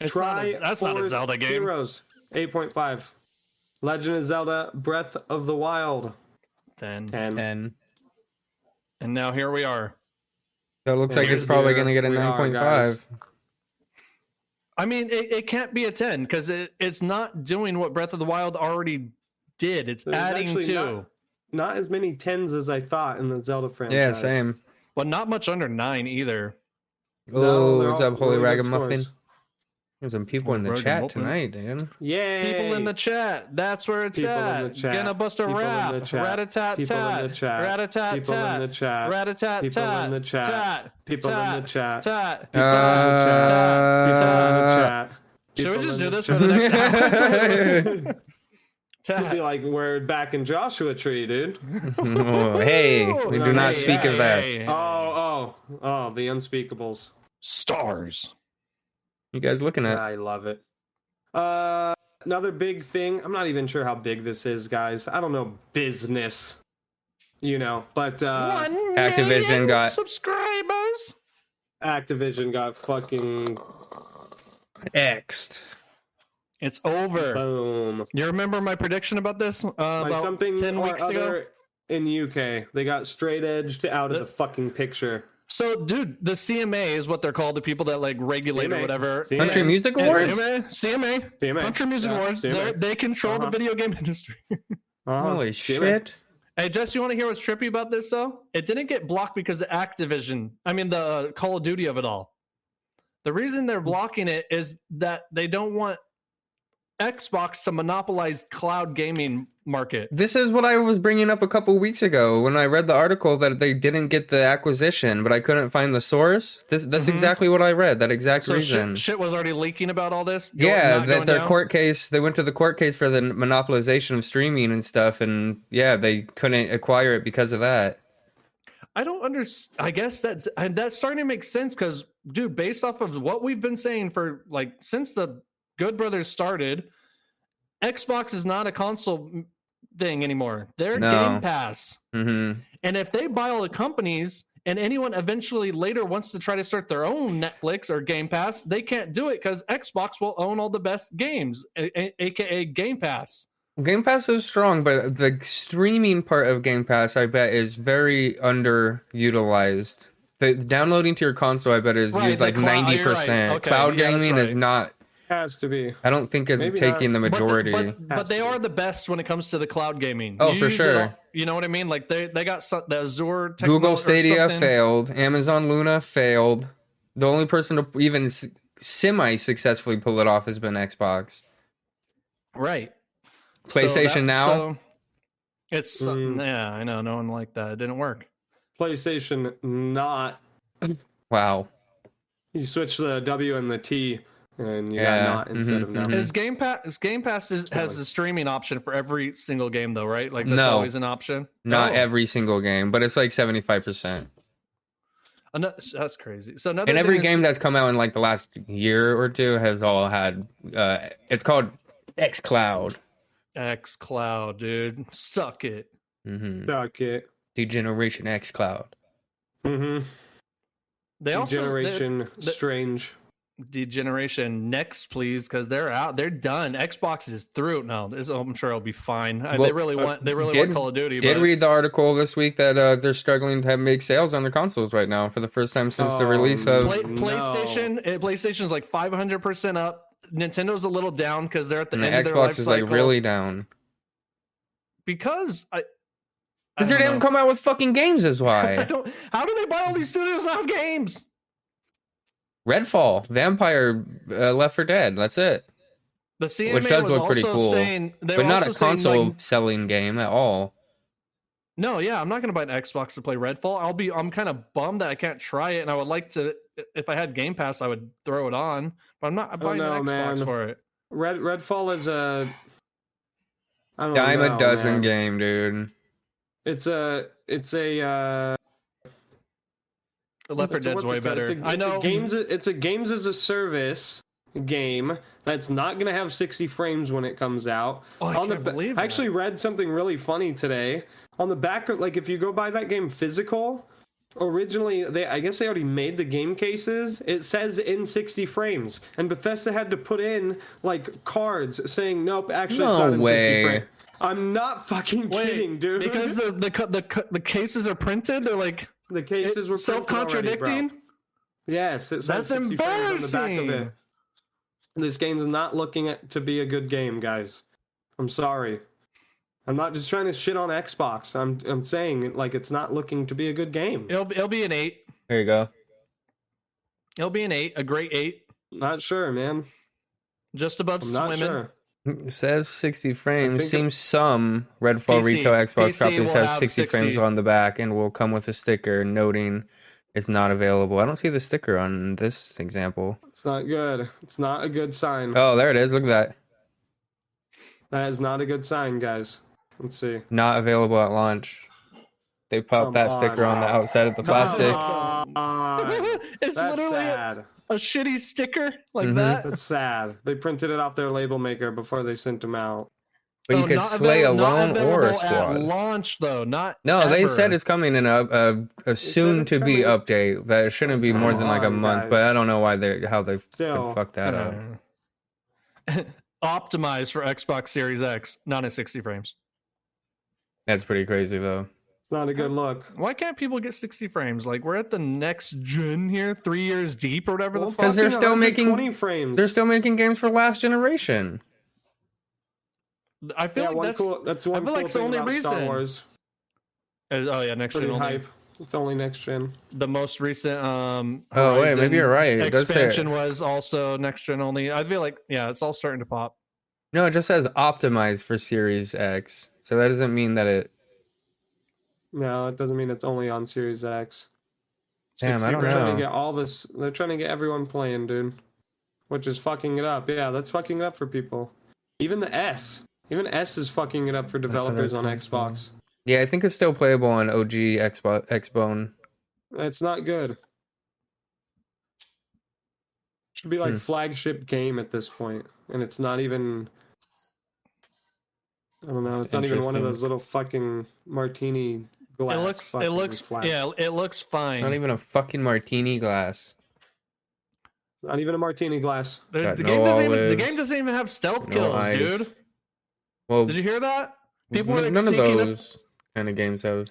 Speaker 5: It's not
Speaker 3: Try.
Speaker 5: a, that's not a
Speaker 3: Force
Speaker 5: Zelda game.
Speaker 3: Heroes. Eight point five. Legend of Zelda: Breath of the Wild.
Speaker 5: Ten.
Speaker 3: Ten.
Speaker 4: Ten.
Speaker 5: And now here we are.
Speaker 4: That looks
Speaker 3: And
Speaker 4: like it's
Speaker 3: here's
Speaker 4: probably
Speaker 3: where
Speaker 4: gonna get a
Speaker 3: we are,
Speaker 4: nine point five.
Speaker 5: I mean, it, it can't be a ten because it, it's not doing what Breath of the Wild already did. It's
Speaker 3: There's
Speaker 5: adding
Speaker 3: actually
Speaker 5: to,
Speaker 3: not- Not as many tens as I thought in the Zelda franchise.
Speaker 4: Yeah, same.
Speaker 5: but not much under nine either.
Speaker 3: No,
Speaker 4: Oh,
Speaker 3: they're
Speaker 4: what's
Speaker 3: all
Speaker 4: up, holy
Speaker 3: really good
Speaker 4: ragamuffin?
Speaker 3: scores.
Speaker 4: There's some people in the
Speaker 5: Ragamuffin.
Speaker 4: chat tonight, dude.
Speaker 3: Yay!
Speaker 5: People in the chat. That's where it's
Speaker 3: People in
Speaker 5: at.
Speaker 3: the chat.
Speaker 5: Gonna bust a
Speaker 3: People in
Speaker 5: rap.
Speaker 3: the chat.
Speaker 5: Rat a tat
Speaker 3: People in the
Speaker 5: tat.
Speaker 3: chat.
Speaker 5: Rat a tat
Speaker 3: People in the
Speaker 5: tat.
Speaker 3: chat.
Speaker 5: Rat a tat
Speaker 3: People
Speaker 5: tat.
Speaker 3: in the chat.
Speaker 5: Tat.
Speaker 3: People in the
Speaker 5: tat,
Speaker 3: chat.
Speaker 5: Tat.
Speaker 3: People in the chat. People in the
Speaker 4: Uh,
Speaker 3: chat.
Speaker 5: Should
Speaker 3: People
Speaker 5: we just
Speaker 3: in
Speaker 5: do
Speaker 3: the
Speaker 5: this for the next hour?
Speaker 3: It'd
Speaker 5: Tat.
Speaker 3: be like we're back in Joshua Tree, dude.
Speaker 4: Oh, hey, we do not
Speaker 3: Hey,
Speaker 4: speak of that.
Speaker 5: Hey.
Speaker 3: Oh, oh, oh, the unspeakables.
Speaker 5: Stars.
Speaker 4: You guys looking at?
Speaker 3: I love it. Uh, another big thing. I'm not even sure how big this is, guys. I don't know business, you know. But uh,
Speaker 5: One
Speaker 4: Activision
Speaker 5: million
Speaker 4: got-
Speaker 5: subscribers.
Speaker 3: Activision got fucking
Speaker 4: Xed.
Speaker 5: It's over.
Speaker 3: boom.
Speaker 5: You remember my prediction about this? Uh,
Speaker 3: By
Speaker 5: about
Speaker 3: something
Speaker 5: ten
Speaker 3: or
Speaker 5: weeks
Speaker 3: other
Speaker 5: ago.
Speaker 3: in UK, they got straight edged out of the fucking picture.
Speaker 5: So, dude, the CMA is what they're called—the people that like regulate or
Speaker 3: CMA.
Speaker 5: whatever.
Speaker 3: CMA.
Speaker 4: Country
Speaker 3: Yeah.
Speaker 4: Music
Speaker 5: Yeah,
Speaker 4: Awards.
Speaker 5: CMA, CMA,
Speaker 3: CMA.
Speaker 5: Country Music
Speaker 3: Yeah,
Speaker 5: Awards.
Speaker 3: CMA.
Speaker 5: They're- They control
Speaker 3: Uh-huh.
Speaker 5: the video game industry.
Speaker 3: Uh-huh.
Speaker 4: Holy
Speaker 3: Damn it.
Speaker 4: shit!
Speaker 5: Hey, Jess, you want to hear what's trippy about this though? It didn't get blocked because of Activision. I mean, the uh, Call of Duty of it all. The reason they're blocking it is that they don't want Xbox to monopolize cloud gaming market.
Speaker 4: This is what I was bringing up a couple weeks ago when I read the article that they didn't get the acquisition, but I couldn't find the source. This, that's exactly what I read. That exact
Speaker 5: Mm-hmm. So
Speaker 4: reason.
Speaker 5: shit, shit was already leaking about all this. Go-
Speaker 4: yeah,
Speaker 5: not
Speaker 4: that
Speaker 5: going
Speaker 4: their
Speaker 5: down?
Speaker 4: court case. They went to the court case for the monopolization of streaming and stuff, and yeah, they couldn't acquire it because of that.
Speaker 5: I don't understand. I guess that and that's starting to make sense because, dude, based off of what we've been saying for like since the Good Brothers started, Xbox is not a console m- thing anymore. They're
Speaker 4: No.
Speaker 5: Game Pass,
Speaker 4: hmm
Speaker 5: and if they buy all the companies and anyone eventually later wants to try to start their own Netflix or Game Pass, they can't do it because Xbox will own all the best games, a- a- aka Game Pass.
Speaker 4: Game Pass is strong, but the streaming part of Game Pass, I bet, is very underutilized. The downloading to your console, I bet, is
Speaker 5: Right,
Speaker 4: used
Speaker 5: the
Speaker 4: like
Speaker 5: clou- oh,
Speaker 4: ninety
Speaker 5: you're right.
Speaker 4: percent.
Speaker 5: Okay,
Speaker 4: Cloud
Speaker 5: yeah, that's
Speaker 4: gaming is
Speaker 5: right.
Speaker 4: not.
Speaker 3: Has to be.
Speaker 4: I don't think is
Speaker 3: Maybe
Speaker 4: taking the
Speaker 5: But the-
Speaker 4: majority.
Speaker 5: But, but,
Speaker 3: Has to
Speaker 5: they
Speaker 3: be.
Speaker 5: are the best when it comes to the cloud gaming.
Speaker 4: Oh, for
Speaker 5: use it
Speaker 4: sure.
Speaker 5: all- you know what I mean? Like they, they got some, the Azure. techno-
Speaker 4: Google
Speaker 5: or
Speaker 4: Stadia
Speaker 5: something.
Speaker 4: failed. Amazon Luna failed. The only person to even semi successfully pull it off has been Xbox.
Speaker 5: Right.
Speaker 4: PlayStation Now?
Speaker 5: so it's some-
Speaker 3: Mm.
Speaker 5: yeah, I know. No one liked that. It didn't work.
Speaker 3: PlayStation not
Speaker 4: Wow.
Speaker 3: You switch the W and the T, and you
Speaker 4: Yeah,
Speaker 3: got not instead
Speaker 5: Mm-hmm,
Speaker 4: mhm,
Speaker 3: of
Speaker 4: mhm.
Speaker 3: now.
Speaker 5: Is Game Pass? Is Game Pass is, has a streaming option for every single game though, right? Like that's
Speaker 4: No.
Speaker 5: always an option.
Speaker 4: Not
Speaker 5: Oh.
Speaker 4: every single game, but it's like seventy five percent.
Speaker 5: Ano- that's crazy. So another
Speaker 4: And every
Speaker 5: thing is-
Speaker 4: game that's come out in like the last year or two has all had. Uh, it's called X Cloud.
Speaker 5: X Cloud, dude, suck it.
Speaker 4: Mm-hmm.
Speaker 3: Suck it.
Speaker 4: Degeneration X Cloud.
Speaker 3: Mm-hmm.
Speaker 5: They also they-
Speaker 3: Generation
Speaker 5: they-
Speaker 3: strange.
Speaker 5: degeneration next, please, because they're out. They're done. Xbox is through. No, this, I'm sure it'll be fine. Uh, they
Speaker 4: Well,
Speaker 5: really
Speaker 4: uh,
Speaker 5: want. They really
Speaker 4: did-
Speaker 5: want Call of Duty.
Speaker 4: Did
Speaker 5: but
Speaker 4: read the article this week that uh, they're struggling to have- make sales on their consoles right now for the first time since the
Speaker 3: Oh,
Speaker 4: release of.
Speaker 5: Play,
Speaker 3: No.
Speaker 5: PlayStation? uh, PlayStation's like 500 percent up. Nintendo's a little down because they're at the
Speaker 4: and the
Speaker 5: end of their life
Speaker 4: Xbox is like
Speaker 5: cycle.
Speaker 4: really down.
Speaker 5: because I. I
Speaker 4: Because they
Speaker 5: don't
Speaker 4: don't
Speaker 5: know.
Speaker 4: come out with fucking games, is
Speaker 5: I
Speaker 4: why.
Speaker 5: don't. How do they buy all these studios that have games?
Speaker 4: Redfall, Vampire, uh, Left for Dead. That's it.
Speaker 5: The CMA
Speaker 4: does
Speaker 5: was
Speaker 4: look pretty
Speaker 5: also
Speaker 4: cool,
Speaker 5: saying, they were
Speaker 4: But not
Speaker 5: also
Speaker 4: a
Speaker 5: saying,
Speaker 4: console
Speaker 5: like,
Speaker 4: selling game at all.
Speaker 5: no, yeah, I'm not going to buy an Xbox to play Redfall. I'll be. I'm kind of bummed that I can't try it, and I would like to. If I had Game Pass, I would throw it on, but I'm not I'm
Speaker 3: don't
Speaker 5: buying
Speaker 3: know,
Speaker 5: an Xbox
Speaker 3: Oh, man.
Speaker 5: for it.
Speaker 3: Red Redfall is a I
Speaker 5: Oh,
Speaker 3: don't
Speaker 4: Dime
Speaker 3: know,
Speaker 4: a dozen
Speaker 3: man.
Speaker 4: game, dude.
Speaker 3: It's a it's a uh,
Speaker 5: Leopard
Speaker 3: it's a-
Speaker 5: Dead's
Speaker 3: what's
Speaker 5: way
Speaker 3: it called?
Speaker 5: better.
Speaker 3: It's a,
Speaker 5: I
Speaker 3: it's
Speaker 5: know.
Speaker 3: a games. It's a games as a service game that's not going to have 60 frames when it comes out.
Speaker 5: Oh, I
Speaker 3: the
Speaker 5: can't
Speaker 3: ba-
Speaker 5: believe
Speaker 3: I
Speaker 5: that.
Speaker 3: actually read something really funny today. On the back of like if you go buy that game physical, originally they I guess they already made the game cases. It says in 60 frames, and Bethesda had to put in like cards saying nope, actually it's
Speaker 4: No
Speaker 3: not in 60
Speaker 4: way.
Speaker 3: frames. I'm not fucking kidding, dude.
Speaker 5: Because the the cu- the cu- the cases are printed, they're like
Speaker 3: the cases were printed already,
Speaker 5: self
Speaker 3: bro.
Speaker 5: contradicting.
Speaker 3: Yes, it says
Speaker 5: That's
Speaker 3: 60 frames on the back of it.
Speaker 5: embarrassing.
Speaker 3: This game's not looking at, to be a good game, guys. I'm sorry. I'm not just trying to shit on Xbox. I'm I'm saying like it's not looking to be a good game.
Speaker 5: It'll be- it'll be an eight.
Speaker 4: There you go.
Speaker 5: It'll be an eight, a great eight,
Speaker 3: Not sure, man.
Speaker 5: just above
Speaker 3: I'm not
Speaker 5: swimming.
Speaker 3: sure.
Speaker 4: It says 60
Speaker 3: I think
Speaker 4: frames.
Speaker 3: it-
Speaker 4: Seems some Redfall
Speaker 5: PC
Speaker 4: retail Xbox
Speaker 5: will
Speaker 4: copies have
Speaker 5: have
Speaker 4: 60 frames
Speaker 5: 60.
Speaker 4: on the back and will come with a sticker noting it's not available. I don't see the sticker on this example.
Speaker 3: It's not good. It's not a good sign.
Speaker 4: Oh, there it is. Look at that.
Speaker 3: that is not a good sign, guys. Let's see.
Speaker 4: Not available at launch. They popped
Speaker 3: Come
Speaker 4: that
Speaker 3: on.
Speaker 4: sticker on the outside of the plastic.
Speaker 3: Come on.
Speaker 5: it's
Speaker 3: That's
Speaker 5: literally a,
Speaker 3: sad.
Speaker 5: a shitty sticker like
Speaker 4: Mhm.
Speaker 5: that.
Speaker 3: That's sad. They printed it off their label maker before they sent them out.
Speaker 4: But you
Speaker 5: So
Speaker 4: could
Speaker 5: Oh, not
Speaker 4: slay
Speaker 5: avail- not
Speaker 4: alone or a
Speaker 5: available At
Speaker 4: squad.
Speaker 5: launch though, not
Speaker 4: No, they
Speaker 5: ever.
Speaker 4: said it's coming in a, a, a soon to be
Speaker 3: coming.
Speaker 4: update. That it shouldn't
Speaker 5: Oh,
Speaker 4: be more than like a
Speaker 3: Come on,
Speaker 4: month,
Speaker 3: guys.
Speaker 4: but I don't know why they how they
Speaker 3: Still.
Speaker 4: could fuck that up.
Speaker 5: Uh, optimized for Xbox Series X, not at sixty frames.
Speaker 4: That's pretty crazy though.
Speaker 3: It's not a good look.
Speaker 5: Why can't people get 60 frames? Like we're at the next gen here, three years deep or whatever the fuck.
Speaker 4: 'cause they're
Speaker 3: Fucking
Speaker 4: still making-
Speaker 3: 120 frames.
Speaker 4: They're still making games for last generation.
Speaker 5: I feel
Speaker 3: yeah,
Speaker 5: like
Speaker 3: one
Speaker 5: that's
Speaker 3: cool. That's one.
Speaker 5: I feel
Speaker 3: cool
Speaker 5: like it's the
Speaker 3: thing
Speaker 5: only
Speaker 3: about Star
Speaker 5: reason.
Speaker 3: Wars.
Speaker 5: Uh, oh yeah, next
Speaker 3: Pretty
Speaker 5: gen only.
Speaker 3: hype. It's only next gen.
Speaker 5: The most recent um
Speaker 4: Oh, wait, maybe you're
Speaker 5: Horizon
Speaker 4: right. It does say it.
Speaker 5: Expansion was also next gen only. I feel like yeah, it's all starting to pop.
Speaker 4: No, it just says optimized for Series X. So that doesn't mean that it.
Speaker 3: No, it doesn't mean it's only on Series X.
Speaker 4: Damn, I
Speaker 5: 60
Speaker 4: don't
Speaker 3: They're trying to
Speaker 4: know.
Speaker 3: get all this. They're trying to get everyone playing, dude. Which is fucking it up. Yeah, that's fucking it up for people. Even the S. Even S is fucking it up for developers on
Speaker 4: console.
Speaker 3: Xbox.
Speaker 4: Yeah, I think it's still playable on OG Xbox Xbone.
Speaker 3: It's not good. Should be like
Speaker 4: Hmm.
Speaker 3: flagship game at this point, and it's not even. I don't know.
Speaker 4: That's
Speaker 3: it's not even one of
Speaker 4: interesting.
Speaker 3: those little fucking martini
Speaker 5: It
Speaker 3: glass.
Speaker 5: looks it
Speaker 3: fucking
Speaker 5: looks
Speaker 3: flat-
Speaker 5: yeah, it looks
Speaker 4: It's
Speaker 5: fine.
Speaker 4: not even a fucking martini glass.
Speaker 3: Not even a martini glass.
Speaker 5: the,
Speaker 4: got
Speaker 5: the
Speaker 4: no
Speaker 5: game doesn't even, the
Speaker 4: olives,
Speaker 5: game doesn't even have stealth
Speaker 4: No
Speaker 5: kills,
Speaker 4: ice.
Speaker 5: dude.
Speaker 4: Well,
Speaker 5: Did you hear that? People were
Speaker 4: n-
Speaker 5: like
Speaker 4: none of
Speaker 5: sneaking up-
Speaker 4: those kind of games have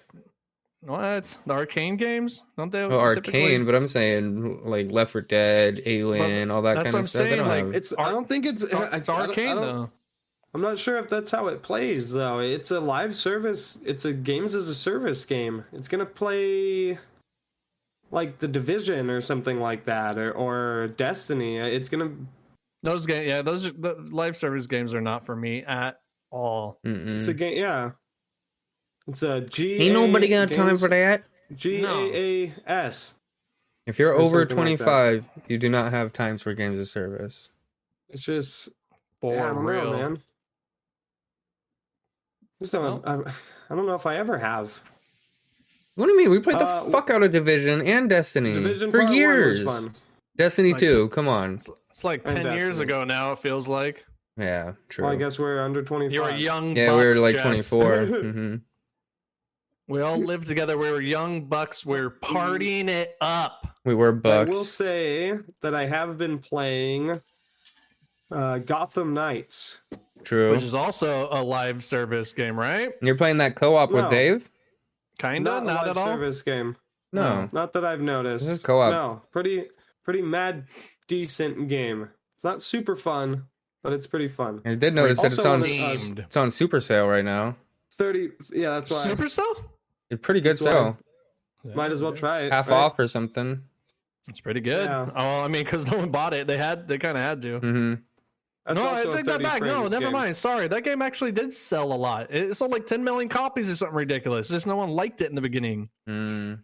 Speaker 5: What? The arcane games? Don't they?
Speaker 4: well,
Speaker 5: typically-
Speaker 4: arcane, but I'm saying like Left 4 Dead, Alien, all that
Speaker 5: that's what
Speaker 4: kind of
Speaker 5: I'm
Speaker 4: stuff. They
Speaker 5: saying,
Speaker 4: don't
Speaker 5: like,
Speaker 4: have-
Speaker 3: It's. I don't think it's.
Speaker 5: It's, ar- it's
Speaker 3: I- I don't- I
Speaker 5: arcane
Speaker 3: don't-
Speaker 5: though.
Speaker 3: I'm not sure if that's how it plays though. It's a live service. It's a games as a service game. It's gonna play like the Division or something like that, or, or Destiny. It's gonna
Speaker 5: Those games, yeah, those are, the live service games are not for me at all.
Speaker 4: Mm-mm.
Speaker 3: It's a game, yeah. It's a G.
Speaker 4: Hmm. Ain't nobody got time for that.
Speaker 3: G A A S.
Speaker 4: If you're
Speaker 3: Or
Speaker 4: over
Speaker 3: something like
Speaker 4: 25, you do not have times for games of service.
Speaker 3: It's just
Speaker 5: For
Speaker 3: yeah, I don't
Speaker 5: real,
Speaker 3: know, man. Just don't. I, I don't know if I ever have.
Speaker 4: What do you mean? We played the
Speaker 3: Uh,
Speaker 4: fuck out of Division and Destiny
Speaker 3: Division
Speaker 4: for
Speaker 3: Part One
Speaker 4: years.
Speaker 3: was fun.
Speaker 4: Destiny
Speaker 5: Like-
Speaker 4: 2, come on.
Speaker 5: It's, it's like
Speaker 3: And
Speaker 5: ten years
Speaker 3: Destiny.
Speaker 5: ago now. It feels like
Speaker 4: Yeah, true.
Speaker 3: Well, I guess we're under twenty-five.
Speaker 5: you were young.
Speaker 4: yeah, we were
Speaker 5: bucks,
Speaker 4: like
Speaker 5: Jess.
Speaker 4: 24. hmm
Speaker 5: We all lived together. We were young bucks. We were partying it up.
Speaker 4: We were
Speaker 3: I will
Speaker 4: bucks.
Speaker 3: say that I have been playing uh, Gotham Knights.
Speaker 4: True.
Speaker 5: Which is also a live service game, right?
Speaker 4: And you're playing that co op
Speaker 3: No.
Speaker 4: with Dave?
Speaker 5: Kinda, not,
Speaker 3: a live
Speaker 5: at all.
Speaker 3: service game.
Speaker 4: No.
Speaker 3: Not that I've noticed.
Speaker 4: This is co-op.
Speaker 3: No, pretty, pretty mad, decent game. It's not super fun, but it's pretty fun.
Speaker 4: I did notice that it's
Speaker 3: Also
Speaker 4: on
Speaker 3: on the-
Speaker 4: it's on super sale right now.
Speaker 3: thirty. Yeah, that's why.
Speaker 5: Supercell?
Speaker 4: It's pretty good
Speaker 3: That's why
Speaker 4: sell.
Speaker 3: Might as well try it.
Speaker 4: Half
Speaker 3: right?
Speaker 4: off or something.
Speaker 5: It's pretty good.
Speaker 3: Yeah.
Speaker 5: Oh, I mean, because no one bought it. They had, they kind of had to.
Speaker 4: hmm
Speaker 3: That's
Speaker 5: no, I
Speaker 3: also a
Speaker 5: take that
Speaker 3: 30
Speaker 5: back. No,
Speaker 3: frames
Speaker 5: never
Speaker 3: game.
Speaker 5: mind. Sorry, that game actually did sell a lot. It sold like 10 million copies or something ridiculous. Just no one liked it in the beginning.
Speaker 4: Mm.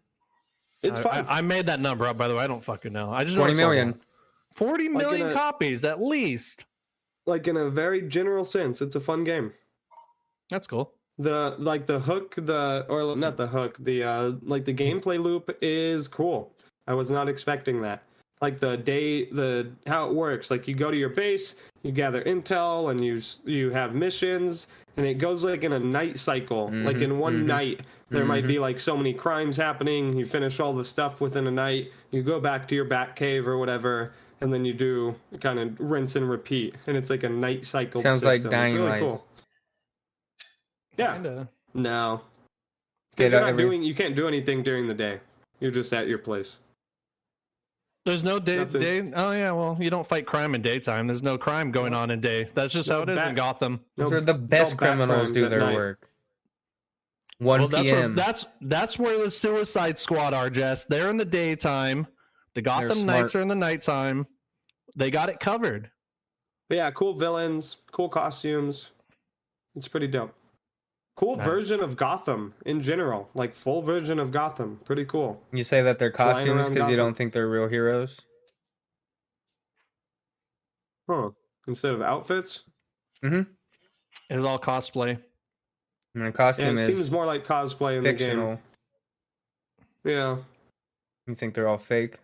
Speaker 3: It's
Speaker 5: I-
Speaker 3: fine.
Speaker 5: I, I made that number up, by the way. I don't fucking know. I just know it
Speaker 4: 20
Speaker 5: sold a
Speaker 4: million.
Speaker 5: lot. 40
Speaker 3: Like in
Speaker 5: million
Speaker 3: a-
Speaker 5: copies at least.
Speaker 3: like in a very general sense, it's a fun game.
Speaker 5: That's cool.
Speaker 3: The like the hook, the or not the hook, the uh like the gameplay loop is cool. I was not expecting that. Like the day, the how it works. Like you go to your base, you gather intel, and you s- you have missions, and it goes like in a night cycle. Like
Speaker 4: Mhm,
Speaker 3: in one
Speaker 4: mhm.
Speaker 3: night, there might be like so many crimes happening. You finish all the stuff within a night. You go back to your back cave or whatever, and then you do kind of rinse and repeat. And it's like a night cycle.
Speaker 4: Sounds like
Speaker 3: system.
Speaker 4: Dying
Speaker 3: it's really
Speaker 4: Light.
Speaker 3: cool. Yeah.
Speaker 5: Kinda.
Speaker 3: No. 'Cause
Speaker 4: Get
Speaker 3: you're
Speaker 4: out
Speaker 3: not
Speaker 4: every-
Speaker 3: doing, you can't do anything during the day. You're just at your place.
Speaker 5: There's no day,
Speaker 3: Nothing.
Speaker 5: day. Oh, yeah. Well, you don't fight crime in daytime. There's no crime going on in day. That's just how it is in
Speaker 3: Back-
Speaker 5: Gotham.
Speaker 4: Those are
Speaker 3: No,
Speaker 4: the best
Speaker 3: don't back
Speaker 4: criminals
Speaker 3: crimes
Speaker 4: do
Speaker 3: at
Speaker 4: their
Speaker 3: night.
Speaker 4: work. 1
Speaker 5: well, that's, where,
Speaker 4: p.m.
Speaker 5: that's that's where the Suicide Squad are, Jess. They're in the daytime. The Gotham
Speaker 4: smart.
Speaker 5: Knights are in the nighttime. They got it covered.
Speaker 3: But yeah, cool villains, cool costumes. It's pretty dope. Cool
Speaker 5: Nice.
Speaker 3: version of Gotham in general, like full version of Gotham. Pretty cool.
Speaker 4: you say that they're
Speaker 3: Flying
Speaker 4: costumes
Speaker 3: around
Speaker 4: because you
Speaker 3: Gotham.
Speaker 4: don't think they're real heroes?
Speaker 3: Huh. Instead of outfits,
Speaker 5: It's all cosplay.
Speaker 4: I mean, a
Speaker 3: yeah,
Speaker 4: costume
Speaker 3: it
Speaker 4: is
Speaker 3: seems more like cosplay in
Speaker 4: fictional.
Speaker 3: the game. Yeah,
Speaker 4: You think they're all fake?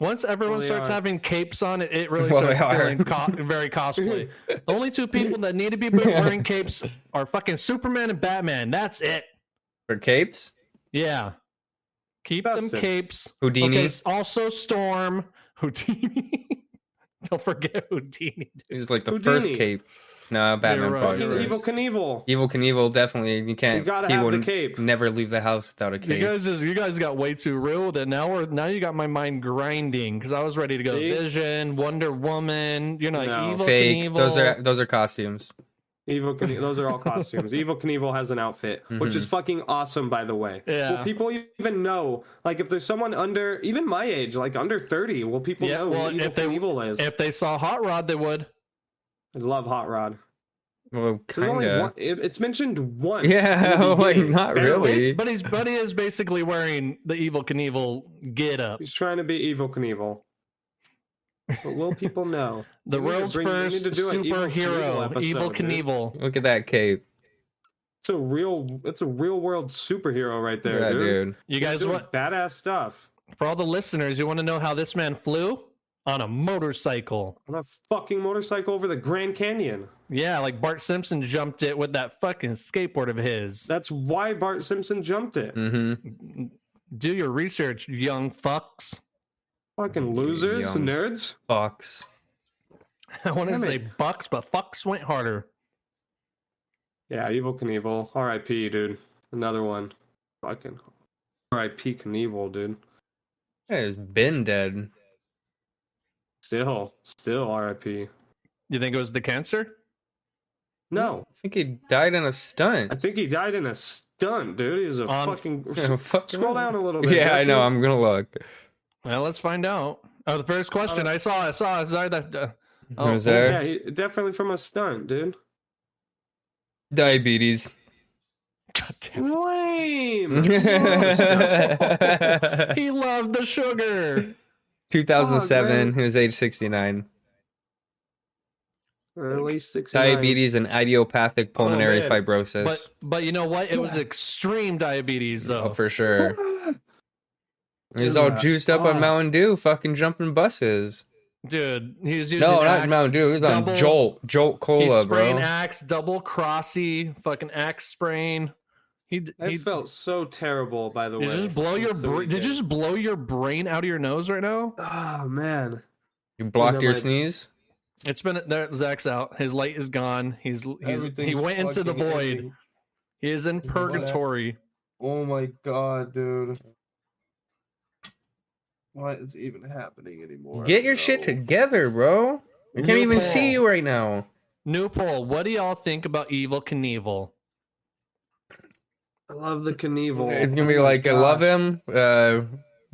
Speaker 5: Once everyone
Speaker 3: Well, they
Speaker 5: starts
Speaker 3: are.
Speaker 5: having capes on, it, it really
Speaker 4: Well, they
Speaker 5: starts
Speaker 4: are.
Speaker 5: feeling co- very cosplay. the only two people that need to be wearing capes are fucking Superman and Batman. That's it.
Speaker 4: For capes?
Speaker 5: Yeah. Keep them
Speaker 3: Justin.
Speaker 5: capes.
Speaker 4: Houdini?
Speaker 5: Okay, s- also Storm. Houdini. Don't forget Houdini.
Speaker 4: It was like the
Speaker 3: Houdini.
Speaker 4: first cape. No, Batman.
Speaker 5: right,
Speaker 4: probably
Speaker 5: you're right.
Speaker 3: fucking
Speaker 4: first.
Speaker 3: Evil Knievel.
Speaker 4: Evil Knievel, definitely. You can't.
Speaker 3: You gotta
Speaker 4: he
Speaker 3: have the
Speaker 4: wouldn't-
Speaker 3: cape.
Speaker 4: Never leave the house without a
Speaker 5: You
Speaker 4: cape.
Speaker 5: guys, just, you guys got way too real with it. Now we're now you got my mind grinding because I was ready to go.
Speaker 3: See?
Speaker 5: Vision, Wonder Woman. You're not
Speaker 3: No.
Speaker 5: evil.
Speaker 4: Fake.
Speaker 5: Knievel.
Speaker 4: Those are those are costumes.
Speaker 3: Evil Knie- those are all costumes. Evil Knievel has an outfit, which
Speaker 4: Mm-hmm.
Speaker 3: is fucking awesome, by the way.
Speaker 5: Yeah.
Speaker 3: Will people even know? Like, if there's someone under, even my age, like under 30, will people
Speaker 5: Yeah,
Speaker 3: know
Speaker 5: well,
Speaker 3: who Evil
Speaker 5: if they-
Speaker 3: Knievel is?
Speaker 5: If they saw Hot Rod, they would.
Speaker 3: I love Hot Rod.
Speaker 4: Well,
Speaker 3: There's
Speaker 4: kind
Speaker 3: only one,
Speaker 4: of.
Speaker 3: it, it's mentioned once.
Speaker 4: Yeah,
Speaker 3: in the
Speaker 4: like
Speaker 3: game.
Speaker 4: not
Speaker 5: But he's basi-
Speaker 4: really.
Speaker 5: But he's but he is basically wearing the evil Knievel get up.
Speaker 3: He's trying to be Evil Knievel. But will people know?
Speaker 5: The
Speaker 3: We need to
Speaker 5: world's
Speaker 3: bring- we need
Speaker 5: first
Speaker 3: to do an Evil Knievel
Speaker 5: superhero,
Speaker 3: episode,
Speaker 5: evil
Speaker 3: dude.
Speaker 5: Knievel.
Speaker 4: Look at that cape.
Speaker 3: It's a real, it's a real world superhero right there,
Speaker 4: yeah,
Speaker 3: dude.
Speaker 4: dude.
Speaker 5: You
Speaker 3: He's
Speaker 5: guys
Speaker 3: doing
Speaker 5: want
Speaker 3: badass stuff
Speaker 5: for all the listeners, you want to know how this man flew? On a motorcycle.
Speaker 3: on a fucking motorcycle over the Grand Canyon.
Speaker 5: Yeah, like Bart Simpson jumped it with that fucking skateboard of his.
Speaker 3: That's why Bart Simpson jumped it.
Speaker 4: hmm
Speaker 5: Do your research, young fucks.
Speaker 3: Fucking losers,
Speaker 4: Young.
Speaker 3: nerds.
Speaker 4: Fox.
Speaker 5: I want to
Speaker 3: Damn
Speaker 5: say
Speaker 3: it.
Speaker 5: bucks, but fucks went harder.
Speaker 3: Yeah, Evil Knievel. R.I.P. Dude. Another one. Fucking R.I.P. Knievel, dude.
Speaker 4: That has been dead.
Speaker 3: Still, still R.I.P.
Speaker 5: You think it was the cancer?
Speaker 3: No,
Speaker 4: I think he died in a
Speaker 3: I
Speaker 4: stunt.
Speaker 3: think he died in a stunt, dude. He was a
Speaker 5: On-
Speaker 3: fucking.
Speaker 4: Yeah, fuck.
Speaker 3: Scroll down a little bit.
Speaker 4: Yeah, I
Speaker 3: Jesse.
Speaker 4: know. I'm gonna look.
Speaker 5: Well, let's find out. Oh, the first
Speaker 3: Uh,
Speaker 5: question I saw, I saw, I saw that. Uh,
Speaker 4: Oh,
Speaker 5: oh,
Speaker 4: was
Speaker 5: oh,
Speaker 4: there
Speaker 3: Yeah, he, definitely from a stunt, dude.
Speaker 4: diabetes?
Speaker 5: oh, God damn it.
Speaker 3: Lame.
Speaker 4: Two
Speaker 5: He loved the sugar.
Speaker 4: thousand
Speaker 3: Fuck,
Speaker 4: seven. He was age sixty nine.
Speaker 3: Or At least six.
Speaker 4: Diabetes and idiopathic pulmonary
Speaker 3: Oh, man.
Speaker 4: fibrosis.
Speaker 5: But but you know what? It was extreme diabetes
Speaker 4: Oh,
Speaker 5: though.
Speaker 4: for sure. He's
Speaker 3: Dude,
Speaker 4: all juiced up on
Speaker 3: oh.
Speaker 4: Mountain Dew, fucking jumping buses.
Speaker 5: Dude, he was using
Speaker 4: No, not
Speaker 5: Axe-
Speaker 4: Mountain Dew. He's
Speaker 5: double-
Speaker 4: on Jolt, Jolt Cola,
Speaker 5: He's spraying
Speaker 4: bro.
Speaker 5: axe, double crossy, fucking axe sprain. He d-
Speaker 3: I
Speaker 5: he
Speaker 3: felt so terrible, by the
Speaker 5: Did
Speaker 3: way.
Speaker 5: you just blow your
Speaker 3: So
Speaker 5: bra-
Speaker 3: he
Speaker 5: did you just blow your brain out of your nose right now?
Speaker 3: Oh man.
Speaker 4: You blocked
Speaker 3: then,
Speaker 4: your
Speaker 3: like,
Speaker 4: sneeze.
Speaker 5: It's been there. Zach's out. His light is gone. He's he's he
Speaker 3: Everything's
Speaker 5: went into the
Speaker 3: fucking
Speaker 5: void.
Speaker 3: ending.
Speaker 5: He is in
Speaker 3: What?
Speaker 5: purgatory.
Speaker 3: Oh my god, dude. What is even happening anymore?
Speaker 4: Get your shit together, bro. I can't even see you right now.
Speaker 5: New poll. What do y'all think about Evil Knievel?
Speaker 3: I love the Knievel.
Speaker 4: It's gonna be
Speaker 5: Oh
Speaker 4: like, I love him. Uh,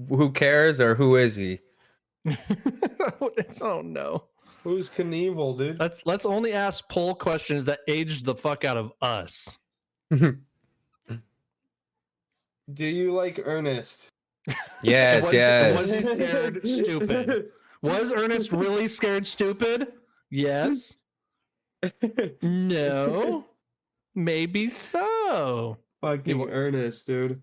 Speaker 4: who cares or who is he?
Speaker 5: oh no.
Speaker 3: Who's Knievel, dude?
Speaker 5: Let's let's only ask poll questions that aged the fuck out of us.
Speaker 3: Do you like Ernest?
Speaker 4: Yes,
Speaker 5: was,
Speaker 4: yes.
Speaker 5: Was he scared stupid? Was Ernest really scared stupid? Yes. No. Maybe so.
Speaker 3: Oh, Fucking Ernest, dude.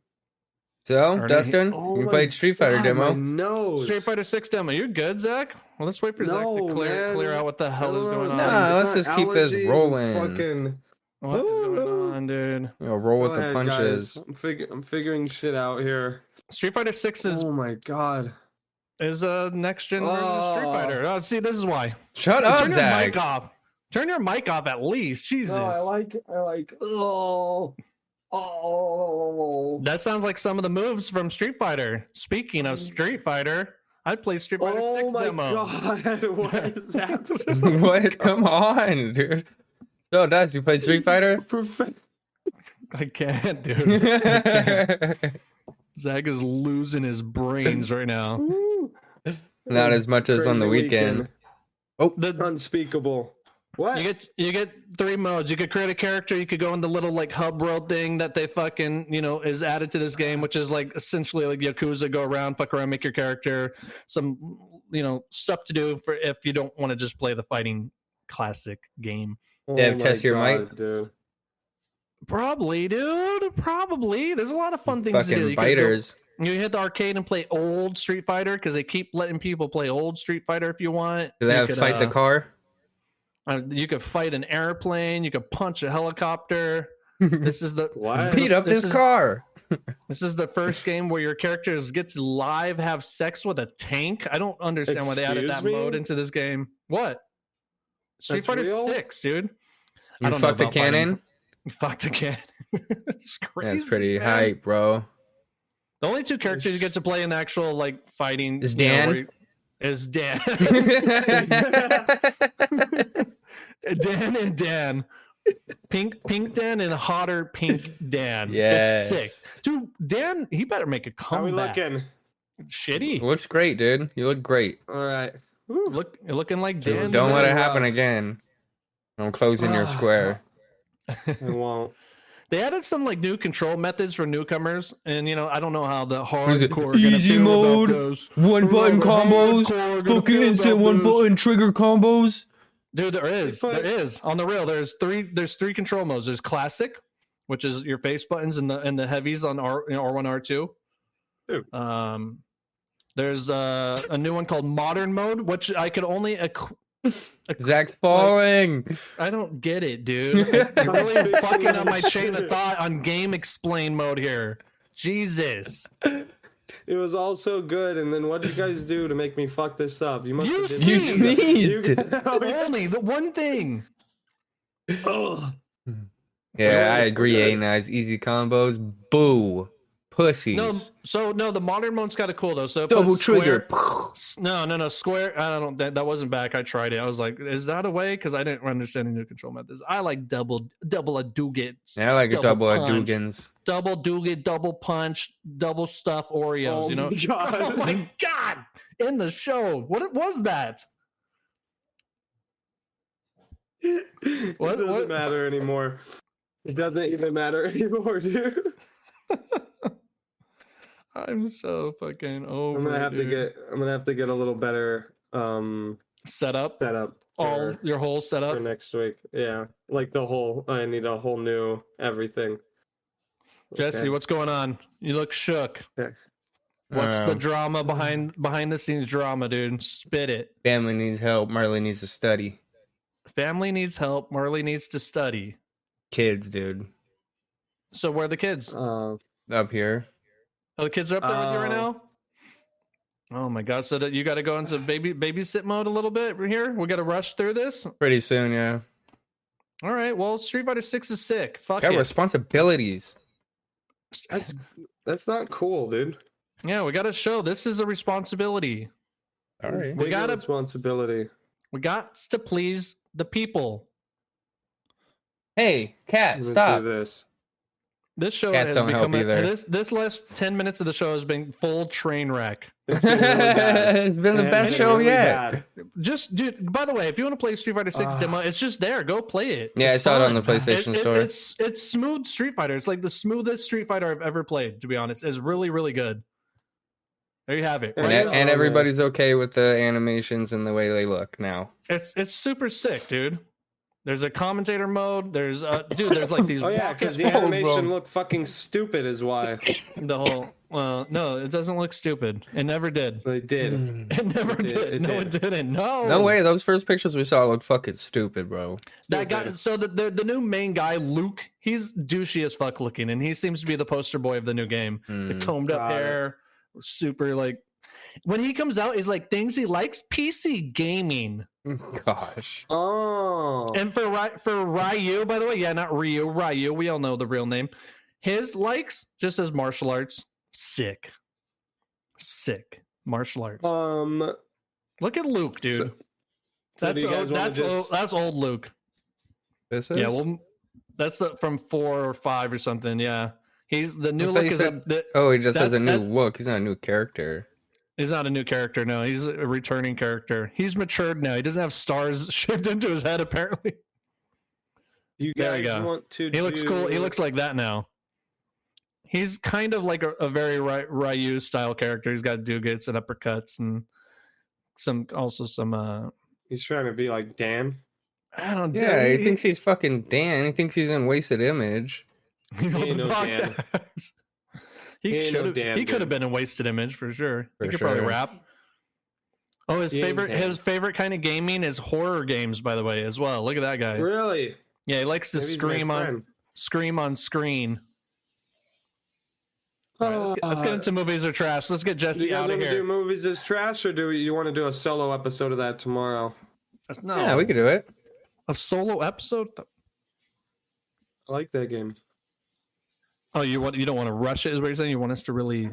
Speaker 4: So,
Speaker 5: Ernie-
Speaker 4: Dustin,
Speaker 3: Oh
Speaker 4: you
Speaker 3: my
Speaker 4: played Street Fighter demo.
Speaker 3: No.
Speaker 5: Street Fighter 6 demo. You're good, Zach? Well, let's wait for Zach
Speaker 3: No,
Speaker 5: to clear,
Speaker 3: man.
Speaker 5: clear out what the hell is going on.
Speaker 4: Nah,
Speaker 3: It's
Speaker 4: let's
Speaker 3: not
Speaker 4: just keep this
Speaker 3: allergies and
Speaker 4: rolling.
Speaker 3: Fucking...
Speaker 5: What is going on, dude?
Speaker 4: You know, roll
Speaker 3: Go
Speaker 4: with the
Speaker 3: ahead,
Speaker 4: punches.
Speaker 3: guys. I'm, fig- I'm figuring shit out here.
Speaker 5: Street Fighter 6 is
Speaker 3: Oh my god.
Speaker 5: is a next gen version of Street
Speaker 3: Oh.
Speaker 5: Fighter. Oh, see, this is why.
Speaker 4: Shut up,
Speaker 5: Turn your
Speaker 4: Zach.
Speaker 5: mic off. Turn your mic off at least. Jesus.
Speaker 3: No, I like. I like. Oh. Oh.
Speaker 5: That sounds like some of the moves from Street Fighter. Speaking of Street Fighter, I played Street Fighter
Speaker 3: Mm. oh
Speaker 5: 6
Speaker 3: my
Speaker 5: demo.
Speaker 3: god. What is happening?
Speaker 4: what? Come on, dude. So, Dust, you played Street Fighter?
Speaker 3: Perfect.
Speaker 5: I can't, dude.
Speaker 4: now
Speaker 5: Zag is losing his brains right now.
Speaker 4: Not as much as on the
Speaker 3: Crazy
Speaker 4: weekend.
Speaker 5: The,
Speaker 3: Unspeakable. What?
Speaker 5: you get you get three modes. You could create a character. You could go in the little like hub world thing that they fucking you know is added to this game, which is like essentially like Yakuza. Go around, fuck around, make your character. Some you know stuff to do for if you don't want to just play the fighting classic game.
Speaker 3: Oh
Speaker 4: Dev,
Speaker 3: my
Speaker 4: test your
Speaker 3: God,
Speaker 4: mic.
Speaker 3: dude.
Speaker 5: Probably, dude. Probably. There's a lot of fun things to do. You
Speaker 4: Fucking
Speaker 5: could go-
Speaker 4: biters.
Speaker 5: you hit the arcade and play old Street Fighter because they keep letting people play old Street Fighter if you want.
Speaker 4: Do they
Speaker 5: You
Speaker 4: have
Speaker 5: could,
Speaker 4: fight the
Speaker 5: uh,
Speaker 4: car?
Speaker 5: uh, you could fight an airplane. You could punch a helicopter. this is the
Speaker 3: What?
Speaker 4: Beat up this,
Speaker 5: is,
Speaker 4: car.
Speaker 5: This is the first game where your characters get to live have sex with a tank. I don't understand why they added
Speaker 3: Excuse
Speaker 5: that
Speaker 3: me?
Speaker 5: mode into this game. What? Street
Speaker 3: That's
Speaker 5: Fighter
Speaker 3: real?
Speaker 5: Six, dude. I
Speaker 4: You
Speaker 5: don't know
Speaker 4: fucked a
Speaker 5: about fighting.
Speaker 4: cannon?
Speaker 5: You fucked a can. it's crazy.
Speaker 4: That's pretty
Speaker 5: man.
Speaker 4: hype, bro.
Speaker 5: The only two characters you get to play in the actual like fighting
Speaker 4: Is
Speaker 5: you know,
Speaker 4: Dan?
Speaker 5: where you- is Dan, Dan and Dan, Pink Pink Dan and hotter Pink Dan.
Speaker 4: Yes.
Speaker 5: it's sick, dude. Dan, he better make a
Speaker 3: How we
Speaker 5: comeback.
Speaker 3: looking?
Speaker 5: Shitty,
Speaker 4: Looks great, dude. You look great.
Speaker 3: All right.
Speaker 5: look looking like
Speaker 4: Just
Speaker 5: Dan.
Speaker 4: don't let it
Speaker 3: really
Speaker 4: happen
Speaker 3: rough.
Speaker 4: again. I'm closing your
Speaker 3: Ah.
Speaker 4: square.
Speaker 3: I won't.
Speaker 5: They added some like new control methods for newcomers, and you know I don't know how the
Speaker 4: is it?
Speaker 5: hardcore are gonna
Speaker 4: Easy
Speaker 5: feel about
Speaker 4: mode,
Speaker 5: those.
Speaker 4: One
Speaker 5: button combos, fucking instant one button
Speaker 4: trigger combos.
Speaker 5: Dude, there is.
Speaker 3: But-
Speaker 5: there is. On the rail, there's three there's three control modes. There's classic, which is your face buttons and the and the heavies on R you know, R1 R2.
Speaker 3: Dude.
Speaker 5: Um there's uh, a new one called modern mode, which I could only equ-
Speaker 4: Zach's falling.
Speaker 5: I don't get it, dude. You're really fucking on my chain of thought on game explain mode here. Jesus.
Speaker 3: It was all so good, and then what did you guys do to make me fuck this up? You must.
Speaker 5: You
Speaker 3: have did
Speaker 4: you
Speaker 5: sneezed.
Speaker 3: something.
Speaker 4: sneezed.
Speaker 3: You- Oh, yeah.
Speaker 5: only the one thing.
Speaker 3: Ugh.
Speaker 4: yeah, I agree. Eight knives, easy combos. Boo, pussies.
Speaker 5: No, so no, the modern mode's kind of cool though. So it
Speaker 4: Double
Speaker 5: puts square-
Speaker 4: trigger.
Speaker 5: S- No, no, no. Square. I don't. That, that wasn't back. I tried it. I was like, is that a way? Because I didn't understand the new control methods. I like double, double a duget,
Speaker 4: Yeah, I like a double
Speaker 5: Double
Speaker 4: at
Speaker 5: punch.
Speaker 4: Dugan's.
Speaker 5: double duget, double punch, double stuff Oreos.
Speaker 3: Oh
Speaker 5: you know.
Speaker 3: my God.
Speaker 5: Oh my god! In the show, what it was that?
Speaker 3: It
Speaker 5: What-
Speaker 3: doesn't
Speaker 5: what-
Speaker 3: matter anymore. It doesn't even matter anymore, dude.
Speaker 5: I'm so fucking over.
Speaker 3: I'm gonna have to
Speaker 5: dude.
Speaker 3: get. I'm gonna have to get a little better um
Speaker 5: set up.
Speaker 3: setup
Speaker 5: All
Speaker 3: for,
Speaker 5: your whole
Speaker 3: for
Speaker 5: setup.
Speaker 3: next week. Yeah, like the whole. I need a whole new everything.
Speaker 5: Jesse,
Speaker 3: Okay.
Speaker 5: what's going on? You look shook. What's the
Speaker 4: Um,
Speaker 5: drama behind behind the scenes drama, dude? Spit it.
Speaker 4: family needs help. Marley needs to study.
Speaker 5: Family needs help. Marley needs to study.
Speaker 4: Kids, dude,
Speaker 5: So where are the kids?
Speaker 3: Uh,
Speaker 4: up here.
Speaker 5: Are the kids up there with you right
Speaker 3: Oh.
Speaker 5: now? Oh my god! So that you got to go into baby babysit mode a little bit here. We got to rush through this.
Speaker 4: Pretty soon, yeah.
Speaker 5: All right. Well, Street Fighter Six is sick. Fuck
Speaker 4: Got
Speaker 5: it.
Speaker 4: responsibilities.
Speaker 3: that's that's not cool, dude.
Speaker 5: yeah, we got to show this is a responsibility.
Speaker 4: All right.
Speaker 5: We
Speaker 3: Bigger
Speaker 5: gotta-
Speaker 3: responsibility.
Speaker 5: We got to please the people.
Speaker 4: Hey,
Speaker 3: I'm
Speaker 4: cat,
Speaker 3: gonna do
Speaker 4: stop.
Speaker 3: this.
Speaker 5: This show
Speaker 4: Cats
Speaker 5: has
Speaker 4: don't help
Speaker 5: become a,
Speaker 4: either.
Speaker 5: this this last ten minutes of the show has been full train wreck.
Speaker 3: It's been really bad.
Speaker 4: it's been the
Speaker 3: It's
Speaker 4: best
Speaker 3: been
Speaker 4: show
Speaker 3: really
Speaker 4: yet.
Speaker 3: bad.
Speaker 5: Just dude, by the way, if you want to play Street Fighter Six
Speaker 3: Ah.
Speaker 5: demo, it's just there. Go play it.
Speaker 4: Yeah, I
Speaker 5: It's
Speaker 4: saw it on
Speaker 5: fun.
Speaker 4: the PlayStation
Speaker 5: It- it-
Speaker 4: Store.
Speaker 5: It's it's smooth Street Fighter. It's like the smoothest Street Fighter I've ever played. To be honest, it's really really good. There you have it.
Speaker 4: And,
Speaker 5: Right?
Speaker 4: e-
Speaker 3: it-
Speaker 4: and
Speaker 3: Oh, man.
Speaker 4: everybody's okay with the animations and the way they look now.
Speaker 5: It's it's super sick, dude. There's a commentator mode. There's uh, dude. There's like these
Speaker 3: Oh yeah,
Speaker 5: rocket
Speaker 3: because the
Speaker 5: mode,
Speaker 3: animation
Speaker 5: bro.
Speaker 3: looked fucking stupid, is why
Speaker 5: The whole well, no, it doesn't look stupid. It never did.
Speaker 3: they did.
Speaker 5: It never
Speaker 3: It did,
Speaker 5: did.
Speaker 3: it
Speaker 5: no,
Speaker 3: did.
Speaker 5: it didn't. No,
Speaker 4: No way, those first pictures we saw looked fucking stupid, bro.
Speaker 5: That guy. So the, the the new main guy, Luke, he's douchey as fuck looking, and he seems to be the poster boy of the new game.
Speaker 4: Mm.
Speaker 5: The combed up
Speaker 3: Got it.
Speaker 5: hair, super like. When he comes out, he's like things he likes: PC gaming.
Speaker 4: Gosh.
Speaker 3: Oh,
Speaker 5: And for Ry- for Ryu, by the way, yeah, not Ryu, Ryu. We all know the real name. His likes just as martial arts. Sick, sick martial arts.
Speaker 3: um,
Speaker 5: Look at Luke, dude.
Speaker 3: so do
Speaker 5: that's
Speaker 3: you guys
Speaker 5: old,
Speaker 3: wanna
Speaker 5: that's
Speaker 3: just-
Speaker 5: old, that's old Luke.
Speaker 4: This is
Speaker 5: Yeah, well, that's the, from four or five or something. Yeah, he's the new
Speaker 4: I thought
Speaker 5: look
Speaker 4: you
Speaker 5: is
Speaker 4: said-
Speaker 5: up. The,
Speaker 4: Oh, he just has a new
Speaker 5: That's-
Speaker 4: look. He's not a new character.
Speaker 5: he's not a new character. No, he's a returning character. He's matured now. He doesn't have stars shaved into his head. Apparently,
Speaker 3: you
Speaker 5: there we
Speaker 3: guys
Speaker 5: go.
Speaker 3: want to?
Speaker 5: he looks
Speaker 3: do-
Speaker 5: cool. He looks like that now. He's kind of like a, a very Ry- Ryu style character. He's got dugets and uppercuts and some also some uh
Speaker 3: He's trying to be like Dan.
Speaker 5: I don't
Speaker 4: Yeah, he thinks he's fucking Dan. He thinks he's in Wasted Image.
Speaker 5: He's
Speaker 3: He
Speaker 5: on
Speaker 3: ain't
Speaker 5: the
Speaker 3: no
Speaker 5: dog
Speaker 3: Dan.
Speaker 5: tags. He
Speaker 3: He ain't no
Speaker 5: should have.
Speaker 3: Dan,
Speaker 5: he could
Speaker 3: dude.
Speaker 5: have been a wasted image for sure.
Speaker 4: For
Speaker 5: he could probably
Speaker 4: sure.
Speaker 5: rap. Oh, his
Speaker 3: He ain't
Speaker 5: favorite
Speaker 3: Dan.
Speaker 5: his favorite kind of gaming is horror games. By the way, as well. Look at that guy.
Speaker 3: Really?
Speaker 5: Yeah, he likes to
Speaker 3: Maybe he's my
Speaker 5: scream on
Speaker 3: friend.
Speaker 5: scream on screen. All right, let's, get,
Speaker 4: Uh,
Speaker 5: let's get into movies or trash. Let's get
Speaker 3: Do Uh, you
Speaker 5: Jesse
Speaker 3: guys
Speaker 5: out of
Speaker 3: want to do
Speaker 5: here.
Speaker 3: movies as trash, or do you want to do a solo episode of that tomorrow?
Speaker 5: No,
Speaker 4: Yeah, we could do it.
Speaker 5: a solo episode.
Speaker 3: I like that game.
Speaker 5: Oh, you want you don't want to rush it? Is what you're saying? You want us to really?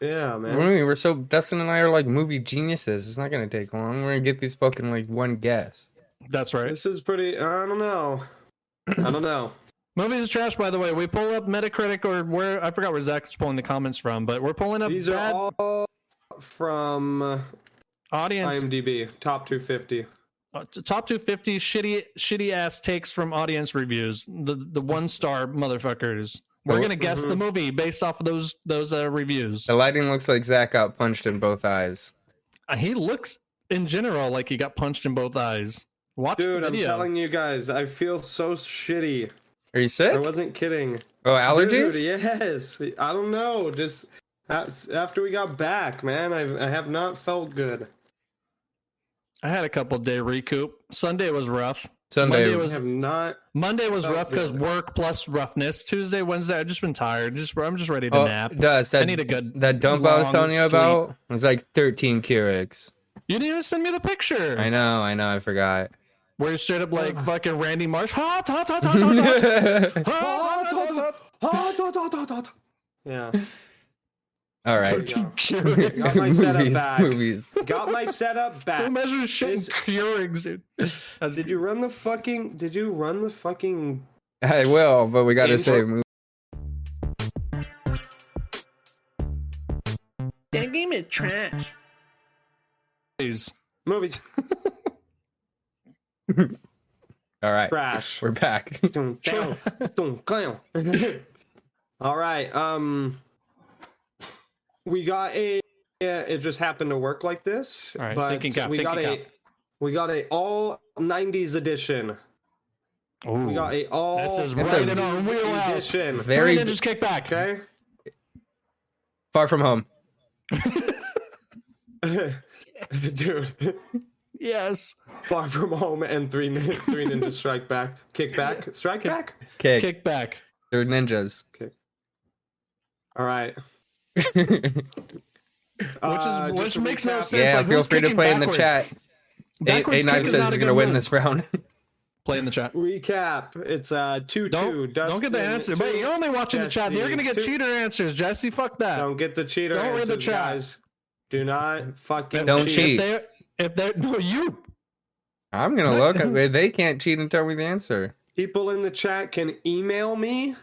Speaker 3: Yeah,
Speaker 4: I
Speaker 5: Mm-hmm.
Speaker 3: man.
Speaker 4: mean, We're so Dustin and I are like movie geniuses. It's not gonna take long. We're gonna get these fucking like one guess.
Speaker 5: That's right.
Speaker 3: This is pretty. I don't know. I don't know.
Speaker 5: Movies is trash, by the way. We pull up Metacritic or where I forgot where Zach's pulling the comments from, but we're pulling up
Speaker 3: These
Speaker 5: bad
Speaker 3: are all from uh,
Speaker 5: audience
Speaker 3: IMDb top 250.
Speaker 5: uh, t- top 250 shitty shitty ass takes from audience reviews. The the one star motherfuckers. We're
Speaker 4: Oh,
Speaker 5: gonna guess the movie based off of those those uh, reviews.
Speaker 4: The lighting looks like Zach got punched in both eyes.
Speaker 5: Uh, He looks in general like he got punched in both eyes. Watch
Speaker 3: Dude,
Speaker 5: the
Speaker 3: I'm
Speaker 5: video.
Speaker 3: telling you guys, I feel so shitty.
Speaker 4: Are you sick?
Speaker 3: I wasn't kidding.
Speaker 4: Oh, allergies?
Speaker 3: Dude, yes. I don't know. Just as- after we got back, man, I've, I have not felt good.
Speaker 5: I had a couple day recoup. Sunday was rough.
Speaker 4: Sunday
Speaker 5: Monday
Speaker 3: I
Speaker 5: was-
Speaker 3: have not.
Speaker 5: Monday was
Speaker 3: Oh,
Speaker 5: rough because
Speaker 3: good.
Speaker 5: work plus roughness. Tuesday, Wednesday, I've just been tired. Just I'm just ready to
Speaker 4: Oh,
Speaker 5: nap.
Speaker 4: Dust, that,
Speaker 5: I need a good
Speaker 4: that dump I was
Speaker 5: long
Speaker 4: telling you
Speaker 5: sleep.
Speaker 4: about was like 13 Keurigs.
Speaker 5: You didn't even send me the picture.
Speaker 4: I know, I know, I forgot.
Speaker 5: Where you're straight up like fucking Randy Marsh. Hot, hot, hot, hot, hot, hot, hot, hot, hot, hot,
Speaker 3: Yeah.
Speaker 4: All right.
Speaker 5: hot,
Speaker 3: Yeah.
Speaker 5: Keurig.
Speaker 3: Got my setup
Speaker 4: movies,
Speaker 3: back.
Speaker 4: movies.
Speaker 3: Got my setup
Speaker 5: Who
Speaker 3: back.
Speaker 5: measures shit
Speaker 3: This-
Speaker 5: in Keurigs, dude? That's-
Speaker 3: Did you run the fucking? Did you run the fucking?
Speaker 4: I will, but we gotta
Speaker 3: Intro-
Speaker 4: say movies.
Speaker 1: That game is trash.
Speaker 5: Please.
Speaker 3: Movies
Speaker 4: All right.
Speaker 3: trash.
Speaker 4: We're back.
Speaker 3: Dun,
Speaker 5: Sure.
Speaker 3: down, dun, clown. All right. Um, we got a. Yeah, it just happened to work like this.
Speaker 5: All right,
Speaker 3: but
Speaker 5: thinking cap,
Speaker 3: we got
Speaker 5: thinking
Speaker 3: a. We got a all '90s edition. We got a all.
Speaker 5: This is
Speaker 4: That's
Speaker 5: right
Speaker 4: a-
Speaker 5: in our wheelhouse.
Speaker 3: edition.
Speaker 5: Three
Speaker 4: Very
Speaker 5: ninjas kick back.
Speaker 3: Okay.
Speaker 4: far from home.
Speaker 3: Dude,
Speaker 5: Yes.
Speaker 3: far from home and three nin- three ninja strike back, kick back, strike back.
Speaker 4: Kick.
Speaker 5: Kick back.
Speaker 4: They're ninjas.
Speaker 3: All right.
Speaker 5: Which is
Speaker 3: Uh, just
Speaker 5: which
Speaker 3: to
Speaker 5: makes no
Speaker 3: recap-
Speaker 5: sense.
Speaker 4: yeah,
Speaker 5: like,
Speaker 4: feel
Speaker 5: who's
Speaker 4: free to
Speaker 5: kicking
Speaker 4: play in the
Speaker 5: backwards?
Speaker 4: chat. A,
Speaker 5: Backwards
Speaker 4: A9
Speaker 5: kick is
Speaker 4: says
Speaker 5: not
Speaker 4: he's
Speaker 5: a
Speaker 4: gonna
Speaker 5: good
Speaker 4: win
Speaker 5: move.
Speaker 4: this round.
Speaker 5: Play in the chat.
Speaker 3: Recap. It's uh two
Speaker 5: Don't,
Speaker 3: two.
Speaker 5: don't get the answer. Wait, you're only watching the chat. You're
Speaker 3: Jesse,
Speaker 5: gonna get
Speaker 3: two.
Speaker 5: cheater answers, Jesse. Fuck that.
Speaker 3: Don't get the cheater.
Speaker 5: Don't read the
Speaker 3: answers,
Speaker 5: chat.
Speaker 3: guys. Do not fucking
Speaker 4: Don't cheat.
Speaker 5: If they're, if they're no, you
Speaker 4: I'm gonna look. They can't cheat and tell me the answer.
Speaker 3: People in the chat can email me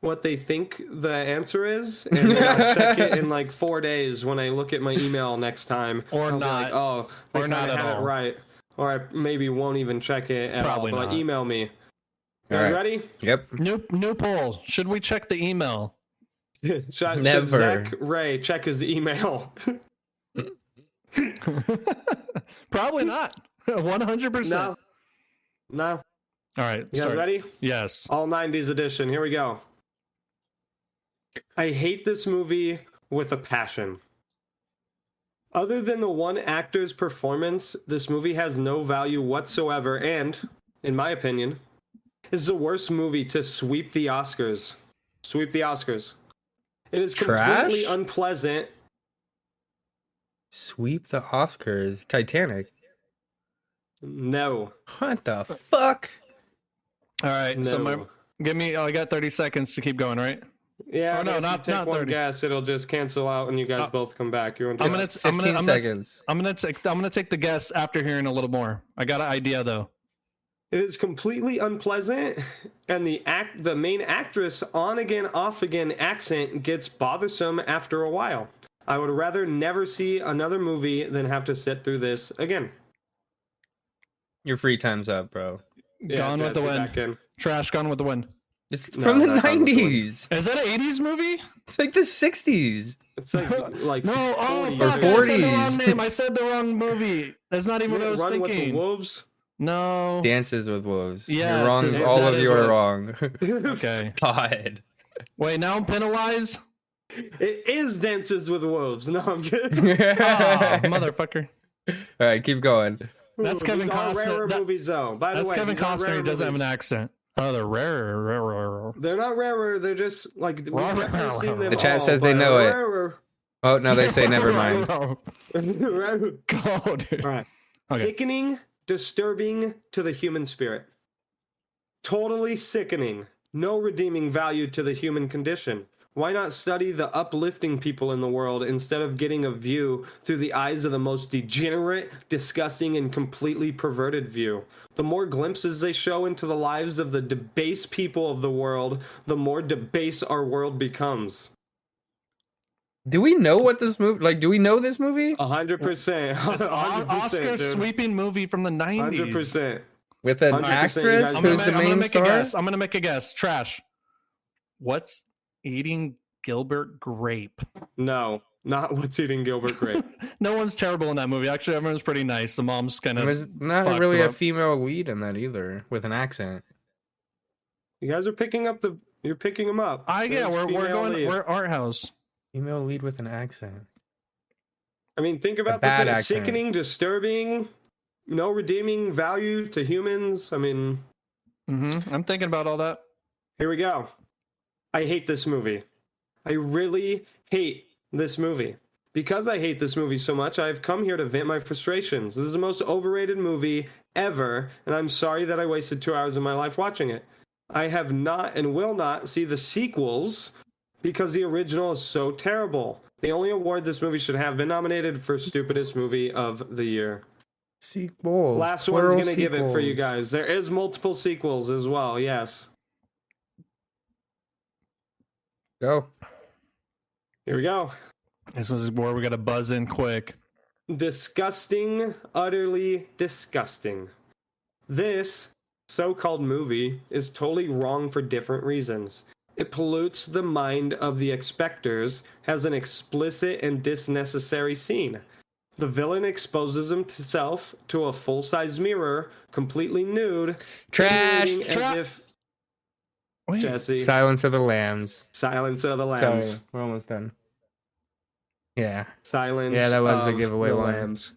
Speaker 3: what they think the answer is, and then I'll check it in like four days when I look at my email next time.
Speaker 5: Or
Speaker 3: I'll be
Speaker 5: not.
Speaker 3: Like, oh, they
Speaker 5: Or not
Speaker 3: kinda
Speaker 5: at
Speaker 3: had
Speaker 5: all.
Speaker 3: it right. Or I maybe won't even check it at
Speaker 5: Probably
Speaker 3: all. But
Speaker 5: not.
Speaker 3: email me.
Speaker 4: All
Speaker 3: Are
Speaker 4: right.
Speaker 3: you ready?
Speaker 4: Yep.
Speaker 5: New new poll. Should we check the email?
Speaker 3: Should- should
Speaker 4: Never.
Speaker 3: Zach Ray check his email.
Speaker 5: Probably not. One hundred
Speaker 3: no.
Speaker 5: percent.
Speaker 3: No.
Speaker 5: All right.
Speaker 3: You guys
Speaker 5: start.
Speaker 3: ready?
Speaker 5: Yes.
Speaker 3: All 90s edition. Here we go. I hate this movie with a passion. Other than the one actor's performance, this movie has no value whatsoever and, in my opinion, is the worst movie to sweep the Oscars. Sweep the Oscars. It is completely
Speaker 4: Trash?
Speaker 3: unpleasant.
Speaker 4: Sweep the Oscars. Titanic.
Speaker 3: No.
Speaker 4: What the fuck?
Speaker 5: All right.
Speaker 3: No.
Speaker 5: So my, give me. Oh, I got thirty seconds to keep going. Right.
Speaker 3: yeah,
Speaker 5: Oh, no,
Speaker 3: if you
Speaker 5: not-
Speaker 3: take
Speaker 5: not
Speaker 3: one
Speaker 5: 30.
Speaker 3: guess, it'll just cancel out and you guys
Speaker 5: Uh,
Speaker 3: both come back. You want
Speaker 5: I'm gonna. I'm
Speaker 4: 15
Speaker 5: gonna. I'm gonna,
Speaker 4: seconds.
Speaker 5: I'm gonna take. I'm gonna take the guess after hearing a little more. I got an idea though.
Speaker 3: It is completely unpleasant, and the act the main actress on again off again accent gets bothersome after a while. I would rather never see another movie than have to sit through this again.
Speaker 4: Your free time's up, bro.
Speaker 3: Yeah,
Speaker 5: gone with the
Speaker 3: that's
Speaker 5: wind.
Speaker 3: back in.
Speaker 5: Trash. Gone with the wind.
Speaker 4: It's
Speaker 3: No,
Speaker 4: from the
Speaker 3: not Gone with the Wind.
Speaker 4: 90s.
Speaker 5: Is that an '80s movie?
Speaker 4: It's like the 60s.
Speaker 3: It's like like
Speaker 5: No. Oh,
Speaker 3: 40
Speaker 5: fuck,
Speaker 3: years
Speaker 5: I said the wrong
Speaker 4: 40s.
Speaker 5: name. I said the wrong movie. That's not even
Speaker 3: ago.
Speaker 5: what I was
Speaker 3: Run with the
Speaker 5: thinking.
Speaker 3: wolves.
Speaker 5: no.
Speaker 4: Dances with Wolves.
Speaker 5: Yes,
Speaker 4: You're wrong.
Speaker 5: it's-
Speaker 4: All
Speaker 5: that
Speaker 4: of
Speaker 5: is
Speaker 4: you
Speaker 5: what
Speaker 4: are
Speaker 5: it-
Speaker 4: wrong.
Speaker 5: Okay.
Speaker 4: God.
Speaker 5: Wait. Now I'm penalized.
Speaker 3: It is Dances with Wolves. No, I'm kidding.
Speaker 5: Ah, motherfucker.
Speaker 4: All right, keep going.
Speaker 5: That's Kevin
Speaker 3: These are
Speaker 5: Costner.
Speaker 3: rarer
Speaker 5: That-
Speaker 3: movies though. By the
Speaker 5: That's
Speaker 3: way,
Speaker 5: Kevin
Speaker 3: these are
Speaker 5: Costner.
Speaker 3: rarer
Speaker 5: He doesn't have an
Speaker 3: movies.
Speaker 5: accent. Oh, the rarer, rarer.
Speaker 3: They're not rarer. They're just like we've
Speaker 5: Rarer.
Speaker 3: never seen them
Speaker 4: The
Speaker 3: all,
Speaker 4: chat says they
Speaker 3: but
Speaker 4: know it.
Speaker 3: rarer.
Speaker 4: Oh no, they say never mind.
Speaker 3: rarer.
Speaker 5: Go, dude.
Speaker 3: All right.
Speaker 5: Okay.
Speaker 3: Sickening, disturbing to the human spirit. Totally sickening. No redeeming value to the human condition. Why not study the uplifting people in the world instead of getting a view through the eyes of the most degenerate, disgusting, and completely perverted view? The more glimpses they show into the lives of the debased people of the world, the more debased our world becomes.
Speaker 4: Do we know what this movie? Like, do we know this movie?
Speaker 3: 100%.
Speaker 5: O-
Speaker 3: 100%.
Speaker 5: Oscar
Speaker 3: dude.
Speaker 5: sweeping movie from the nineties.
Speaker 3: 100%.
Speaker 4: With an
Speaker 3: 100% you
Speaker 4: actress
Speaker 3: guys
Speaker 5: I'm gonna,
Speaker 3: know.
Speaker 4: who's
Speaker 5: ma-
Speaker 4: the
Speaker 5: I'm gonna
Speaker 4: main
Speaker 5: make a
Speaker 4: star?
Speaker 5: guess. I'm gonna make a guess. Trash. What's eating Gilbert Grape?
Speaker 3: No, not what's eating Gilbert Grape.
Speaker 5: No one's terrible in that movie. Actually, everyone's pretty nice. The mom's kind of.
Speaker 4: There's not
Speaker 5: fucked
Speaker 4: really a
Speaker 5: up.
Speaker 4: female lead in that either, with an accent.
Speaker 3: you guys are picking up the. You're picking them up.
Speaker 5: I yeah,
Speaker 3: There's
Speaker 5: we're we're
Speaker 3: female
Speaker 5: going.
Speaker 3: lead.
Speaker 5: We're art house.
Speaker 4: Female lead with an accent.
Speaker 3: I mean, think about the
Speaker 4: bad
Speaker 3: thing.
Speaker 4: accent.
Speaker 3: sickening, disturbing, no redeeming value to humans. I mean,
Speaker 5: hmm I'm thinking about all that.
Speaker 3: here we go. I hate this movie. I really hate this movie. Because I hate this movie so much, I've come here to vent my frustrations. This is the most overrated movie ever, and I'm sorry that I wasted two hours of my life watching it. I have not and will not see the sequels because the original is so terrible. The only award this movie should have been nominated for stupidest movie of the year.
Speaker 4: Sequels.
Speaker 3: Last one's
Speaker 4: plural
Speaker 3: gonna give it for you
Speaker 4: sequels.
Speaker 3: guys. There is multiple sequels as well. Yes.
Speaker 4: Go.
Speaker 3: Here we go.
Speaker 5: This is where we got to buzz in quick.
Speaker 3: disgusting, utterly disgusting. This so called movie is totally wrong for different reasons. It pollutes the mind of the expectors, has an explicit and disnecessary scene. The villain exposes himself to a full size mirror, completely nude,
Speaker 4: Trash.
Speaker 3: simulating
Speaker 5: Tra-
Speaker 3: as if
Speaker 5: Wait,
Speaker 3: Jesse,
Speaker 4: Silence of the Lambs.
Speaker 3: Silence of the
Speaker 4: Sorry,
Speaker 3: Lambs,
Speaker 4: we're almost done. Yeah.
Speaker 3: Silence.
Speaker 4: Yeah, that was the
Speaker 3: of
Speaker 4: giveaway line.
Speaker 3: Lambs.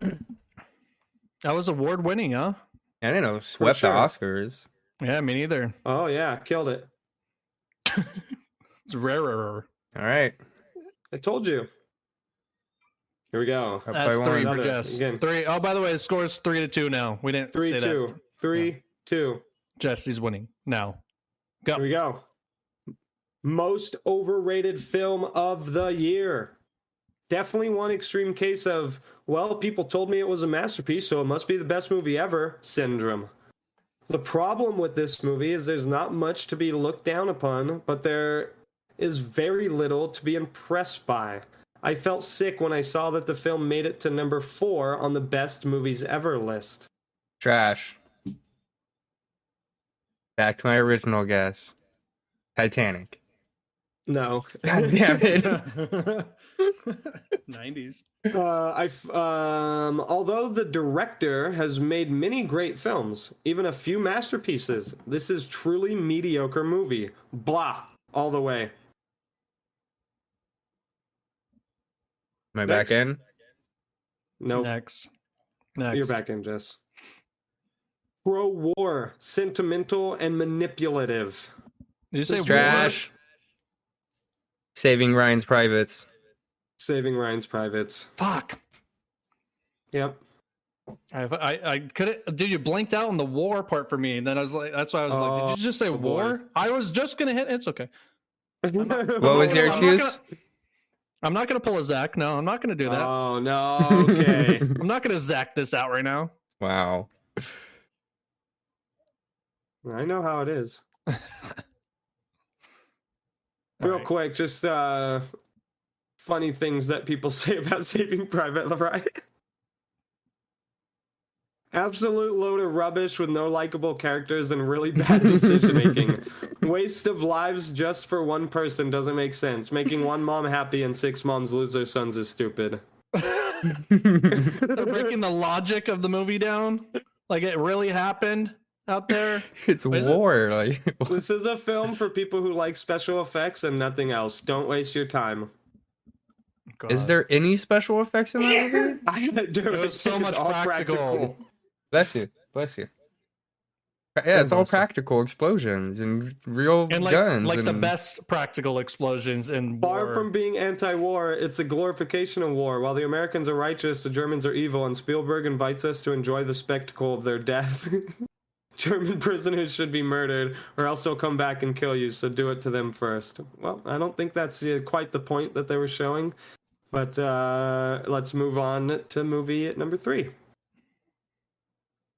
Speaker 5: that was award winning, huh?
Speaker 4: I don't know. Swept
Speaker 3: sure.
Speaker 4: the Oscars.
Speaker 5: Yeah, me neither.
Speaker 3: Oh yeah, killed it.
Speaker 5: It's rarer.
Speaker 4: All right.
Speaker 3: I told you. Here we go.
Speaker 4: Up
Speaker 5: That's three
Speaker 4: by one.
Speaker 5: for
Speaker 3: Another,
Speaker 5: Jess.
Speaker 3: again.
Speaker 5: Three. Oh, by the way, the score is three to two now. We didn't
Speaker 3: Three,
Speaker 5: say
Speaker 3: two,
Speaker 5: that.
Speaker 3: three, two.
Speaker 5: Jesse's winning now. Go.
Speaker 3: Here we go. Most overrated film of the year. Definitely one extreme case of, well, people told me it was a masterpiece, so it must be the best movie ever syndrome. The problem with this movie is there's not much to be looked down upon, but there is very little to be impressed by. I felt sick when I saw that the film made it to number four on the best movies ever list.
Speaker 4: Trash. Back to my original guess. Titanic.
Speaker 3: No.
Speaker 4: God damn it.
Speaker 5: 90s.
Speaker 3: Uh, I f- um, although the director has made many great films, even a few masterpieces, this is truly mediocre movie. Blah, all the way.
Speaker 4: Am I back
Speaker 3: Next.
Speaker 4: in?
Speaker 3: No,
Speaker 5: Next. Next.
Speaker 3: you're back in, Jess. Pro war, sentimental, and manipulative.
Speaker 5: Did you say
Speaker 4: Trash. Saving Ryan's privates.
Speaker 3: Saving Ryan's Privates.
Speaker 5: what? Fuck.
Speaker 3: Yep.
Speaker 5: I, I, I couldn't, dude. You blinked out on the war part for me, and then I was like, "That's why I was like,
Speaker 3: Oh,
Speaker 5: did you just say
Speaker 3: the
Speaker 5: war?
Speaker 3: war.
Speaker 5: I was just gonna hit. It's okay.
Speaker 4: What
Speaker 3: Oh,
Speaker 4: was your
Speaker 5: I'm not gonna-
Speaker 4: excuse?
Speaker 5: I'm not gonna pull a Zach. No, I'm not gonna do that.
Speaker 3: Oh no. Okay.
Speaker 5: I'm not gonna Zach this out right now.
Speaker 4: wow.
Speaker 3: I know how it is.
Speaker 5: All
Speaker 3: Real
Speaker 5: right.
Speaker 3: quick, just uh funny things that people say about saving Private Ryan. Absolute load of rubbish with no likable characters and really bad decision making. Waste of lives just for one person doesn't make sense. Making one mom happy and six moms lose their sons is stupid.
Speaker 5: They're breaking the logic of the movie down. Like it really happened out there.
Speaker 4: it's
Speaker 5: What is it?
Speaker 4: war. Like
Speaker 3: This is a film for people who like special effects and nothing else. Don't waste your time.
Speaker 4: Is
Speaker 5: God.
Speaker 4: there any special effects in that movie?
Speaker 3: I had to do
Speaker 5: It was so much practical.
Speaker 4: Bless you. Bless you. Yeah, it's all
Speaker 5: bless you.
Speaker 4: practical explosions and real
Speaker 5: and like
Speaker 4: guns.
Speaker 5: like the
Speaker 4: and-
Speaker 5: best practical explosions in
Speaker 3: Far
Speaker 5: war?
Speaker 3: from being anti-war, it's a glorification of war. While the Americans are righteous, the Germans are evil, and Spielberg invites us to enjoy the spectacle of their death. German prisoners should be murdered, or else they'll come back and kill you. So do it to them first. Well, I don't think that's uh, quite the point that they were showing, but uh, let's move on to movie at number three.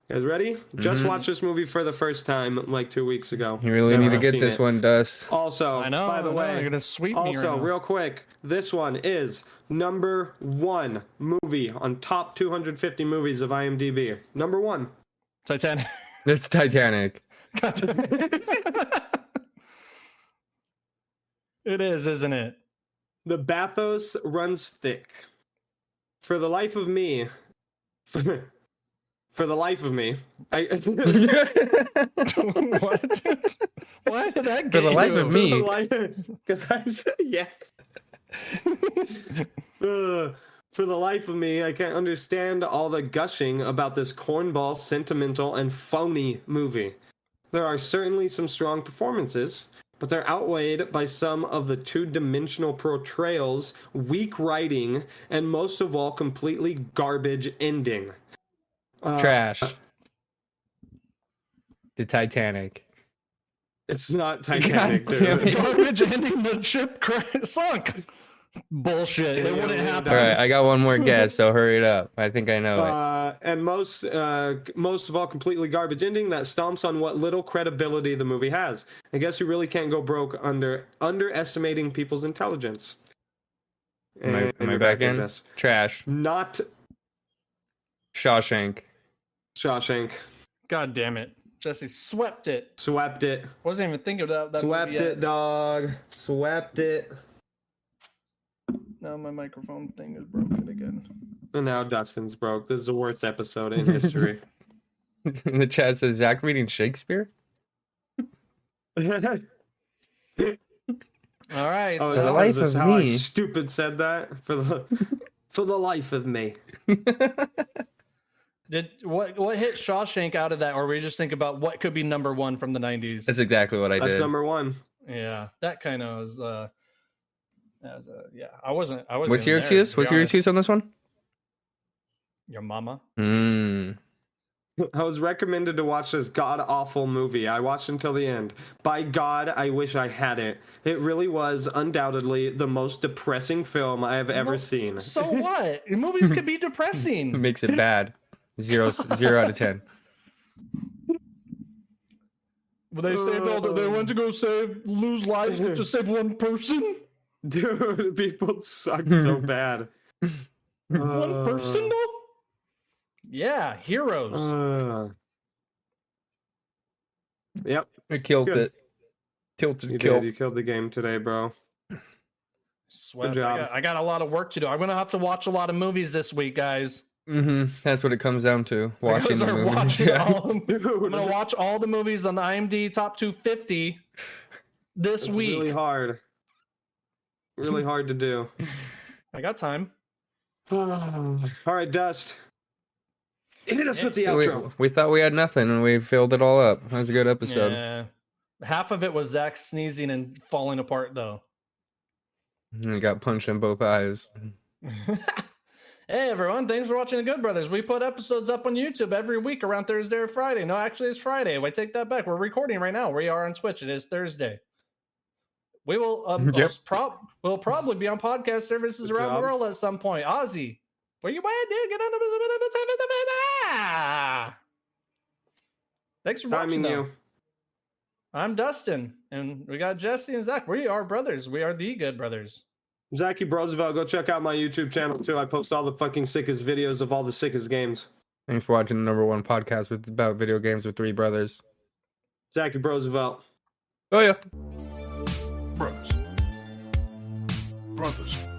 Speaker 3: You guys ready? Just
Speaker 5: Mm-hmm.
Speaker 4: Mhm.
Speaker 3: watched this movie for the first time like two weeks ago.
Speaker 4: You really
Speaker 3: Never
Speaker 4: need to
Speaker 3: have
Speaker 4: get
Speaker 3: seen
Speaker 4: this
Speaker 3: it.
Speaker 4: one, Dust.
Speaker 3: Also,
Speaker 5: I know.
Speaker 3: by the way,
Speaker 5: you're gonna sweep me right
Speaker 3: also,
Speaker 5: now.
Speaker 3: real quick, this one is number one movie on top 250 movies of IMDb. Number one.
Speaker 5: Titanic.
Speaker 4: It's Titanic.
Speaker 5: God damn it. it is, isn't it?
Speaker 3: The bathos runs thick. For the life of me, for the life of me, I, for
Speaker 5: what? Why did that get
Speaker 4: For the life
Speaker 5: you?
Speaker 4: of me,
Speaker 3: because I said yes. Ugh. for the life of me, I can't understand all the gushing about this cornball, sentimental, and phony movie. There are certainly some strong performances, but they're outweighed by some of the two dimensional portrayals, weak writing, and most of all, completely garbage ending. Uh,
Speaker 4: trash. The Titanic.
Speaker 3: It's not Titanic.
Speaker 4: God
Speaker 3: dude.
Speaker 4: damn it.
Speaker 5: Garbage ending the ship cra- sunk. Bullshit. It
Speaker 3: Yeah,
Speaker 5: wouldn't
Speaker 3: yeah,
Speaker 5: happen.
Speaker 4: All right, I got one more guess, so hurry it up. I think I know it.
Speaker 3: Uh, and most, uh, most of all, completely garbage ending that stomps on what little credibility the movie has. I guess you really can't go broke under underestimating people's intelligence.
Speaker 4: Am I,
Speaker 3: And
Speaker 4: am I
Speaker 3: you're
Speaker 4: back in?
Speaker 3: Jess.
Speaker 4: Trash.
Speaker 3: Not
Speaker 4: Shawshank.
Speaker 3: Shawshank.
Speaker 5: God damn it. Jesse swept it.
Speaker 3: Swept it.
Speaker 5: Wasn't even thinking about that.
Speaker 3: Swept
Speaker 5: movie yet.
Speaker 3: it, dog. Swept it.
Speaker 5: Now my microphone thing is broken again.
Speaker 3: And now Dustin's broke. This is the worst episode in history.
Speaker 4: the chat says Zach reading Shakespeare.
Speaker 5: All right.
Speaker 3: Oh,
Speaker 4: For
Speaker 3: the life of how I
Speaker 4: me.
Speaker 3: stupid said that for the for the life of me.
Speaker 5: Did what what hit Shawshank out of that, or were you just think about what could be number one from the nineties?
Speaker 4: That's exactly what I
Speaker 3: That's
Speaker 4: did.
Speaker 3: number one.
Speaker 5: Yeah, that kind of was. Uh, that was uh, yeah, I wasn't. I wasn't.
Speaker 4: What's
Speaker 5: even
Speaker 4: your
Speaker 5: there, to
Speaker 4: excuse?
Speaker 5: be
Speaker 4: What's your
Speaker 5: honest.
Speaker 4: excuse on this one?
Speaker 5: Your mama.
Speaker 4: Mm.
Speaker 3: I was recommended to watch this god awful movie. I watched until the end. By God, I wish I had it. It really was undoubtedly the most depressing film I have ever
Speaker 5: Well,
Speaker 3: seen.
Speaker 5: So what? Movies could be depressing.
Speaker 4: Makes it bad. Zero, zero out of ten.
Speaker 5: Well, they saved all. The, they went to go save lose lives to save one person.
Speaker 3: Dude, people suck so bad.
Speaker 5: one
Speaker 3: Uh,
Speaker 5: person though. Yeah, heroes.
Speaker 3: uh, yep,
Speaker 4: I killed
Speaker 3: Good.
Speaker 4: it. Tilted
Speaker 3: you
Speaker 4: kill.
Speaker 3: did. You killed the game today, bro.
Speaker 5: Sweat. I
Speaker 3: good job.
Speaker 5: got, I got a lot of work to do. I'm gonna have to watch a lot of movies this week, guys.
Speaker 4: hmm That's what it comes down to. Watching
Speaker 5: Because
Speaker 4: the
Speaker 5: I'm
Speaker 4: movies.
Speaker 5: watching
Speaker 4: yeah.
Speaker 5: all-
Speaker 3: Dude,
Speaker 5: I'm gonna watch all the movies on the IMDb top 250 this
Speaker 3: it's
Speaker 5: week.
Speaker 3: really hard. Really hard to do.
Speaker 5: I got time.
Speaker 3: All right, Dust. Hit us with the
Speaker 4: we,
Speaker 3: outro.
Speaker 4: we thought we had nothing and we filled it all up. That was a good episode.
Speaker 5: Yeah. Half of it was Zach sneezing and falling apart, though.
Speaker 4: And we got punched in both eyes.
Speaker 5: hey everyone, thanks for watching the Good Brothers. We put episodes up on YouTube every week around Thursday or Friday. No, actually it's Friday. I take that back. We're recording right now. We are on Twitch. It is Thursday. We will uh,
Speaker 4: Yep.
Speaker 5: most prob- we'll probably be on podcast services
Speaker 3: Good
Speaker 5: around the
Speaker 3: job.
Speaker 5: world at some point. Ozzy, where you at, dude? Get on the Thanks for watching.
Speaker 3: Timing
Speaker 5: though.
Speaker 3: you.
Speaker 5: I'm Dustin, and we got Jesse and Zach. We are brothers. We are the Good Brothers.
Speaker 3: Zachy Brosville, uh, go check out my YouTube channel too. I post all the fucking sickest videos of all the sickest games.
Speaker 4: Thanks for watching the number one podcast with about video games with three brothers.
Speaker 3: Zachy uh, Brosville.
Speaker 4: Oh yeah.
Speaker 2: Brothers. Brothers.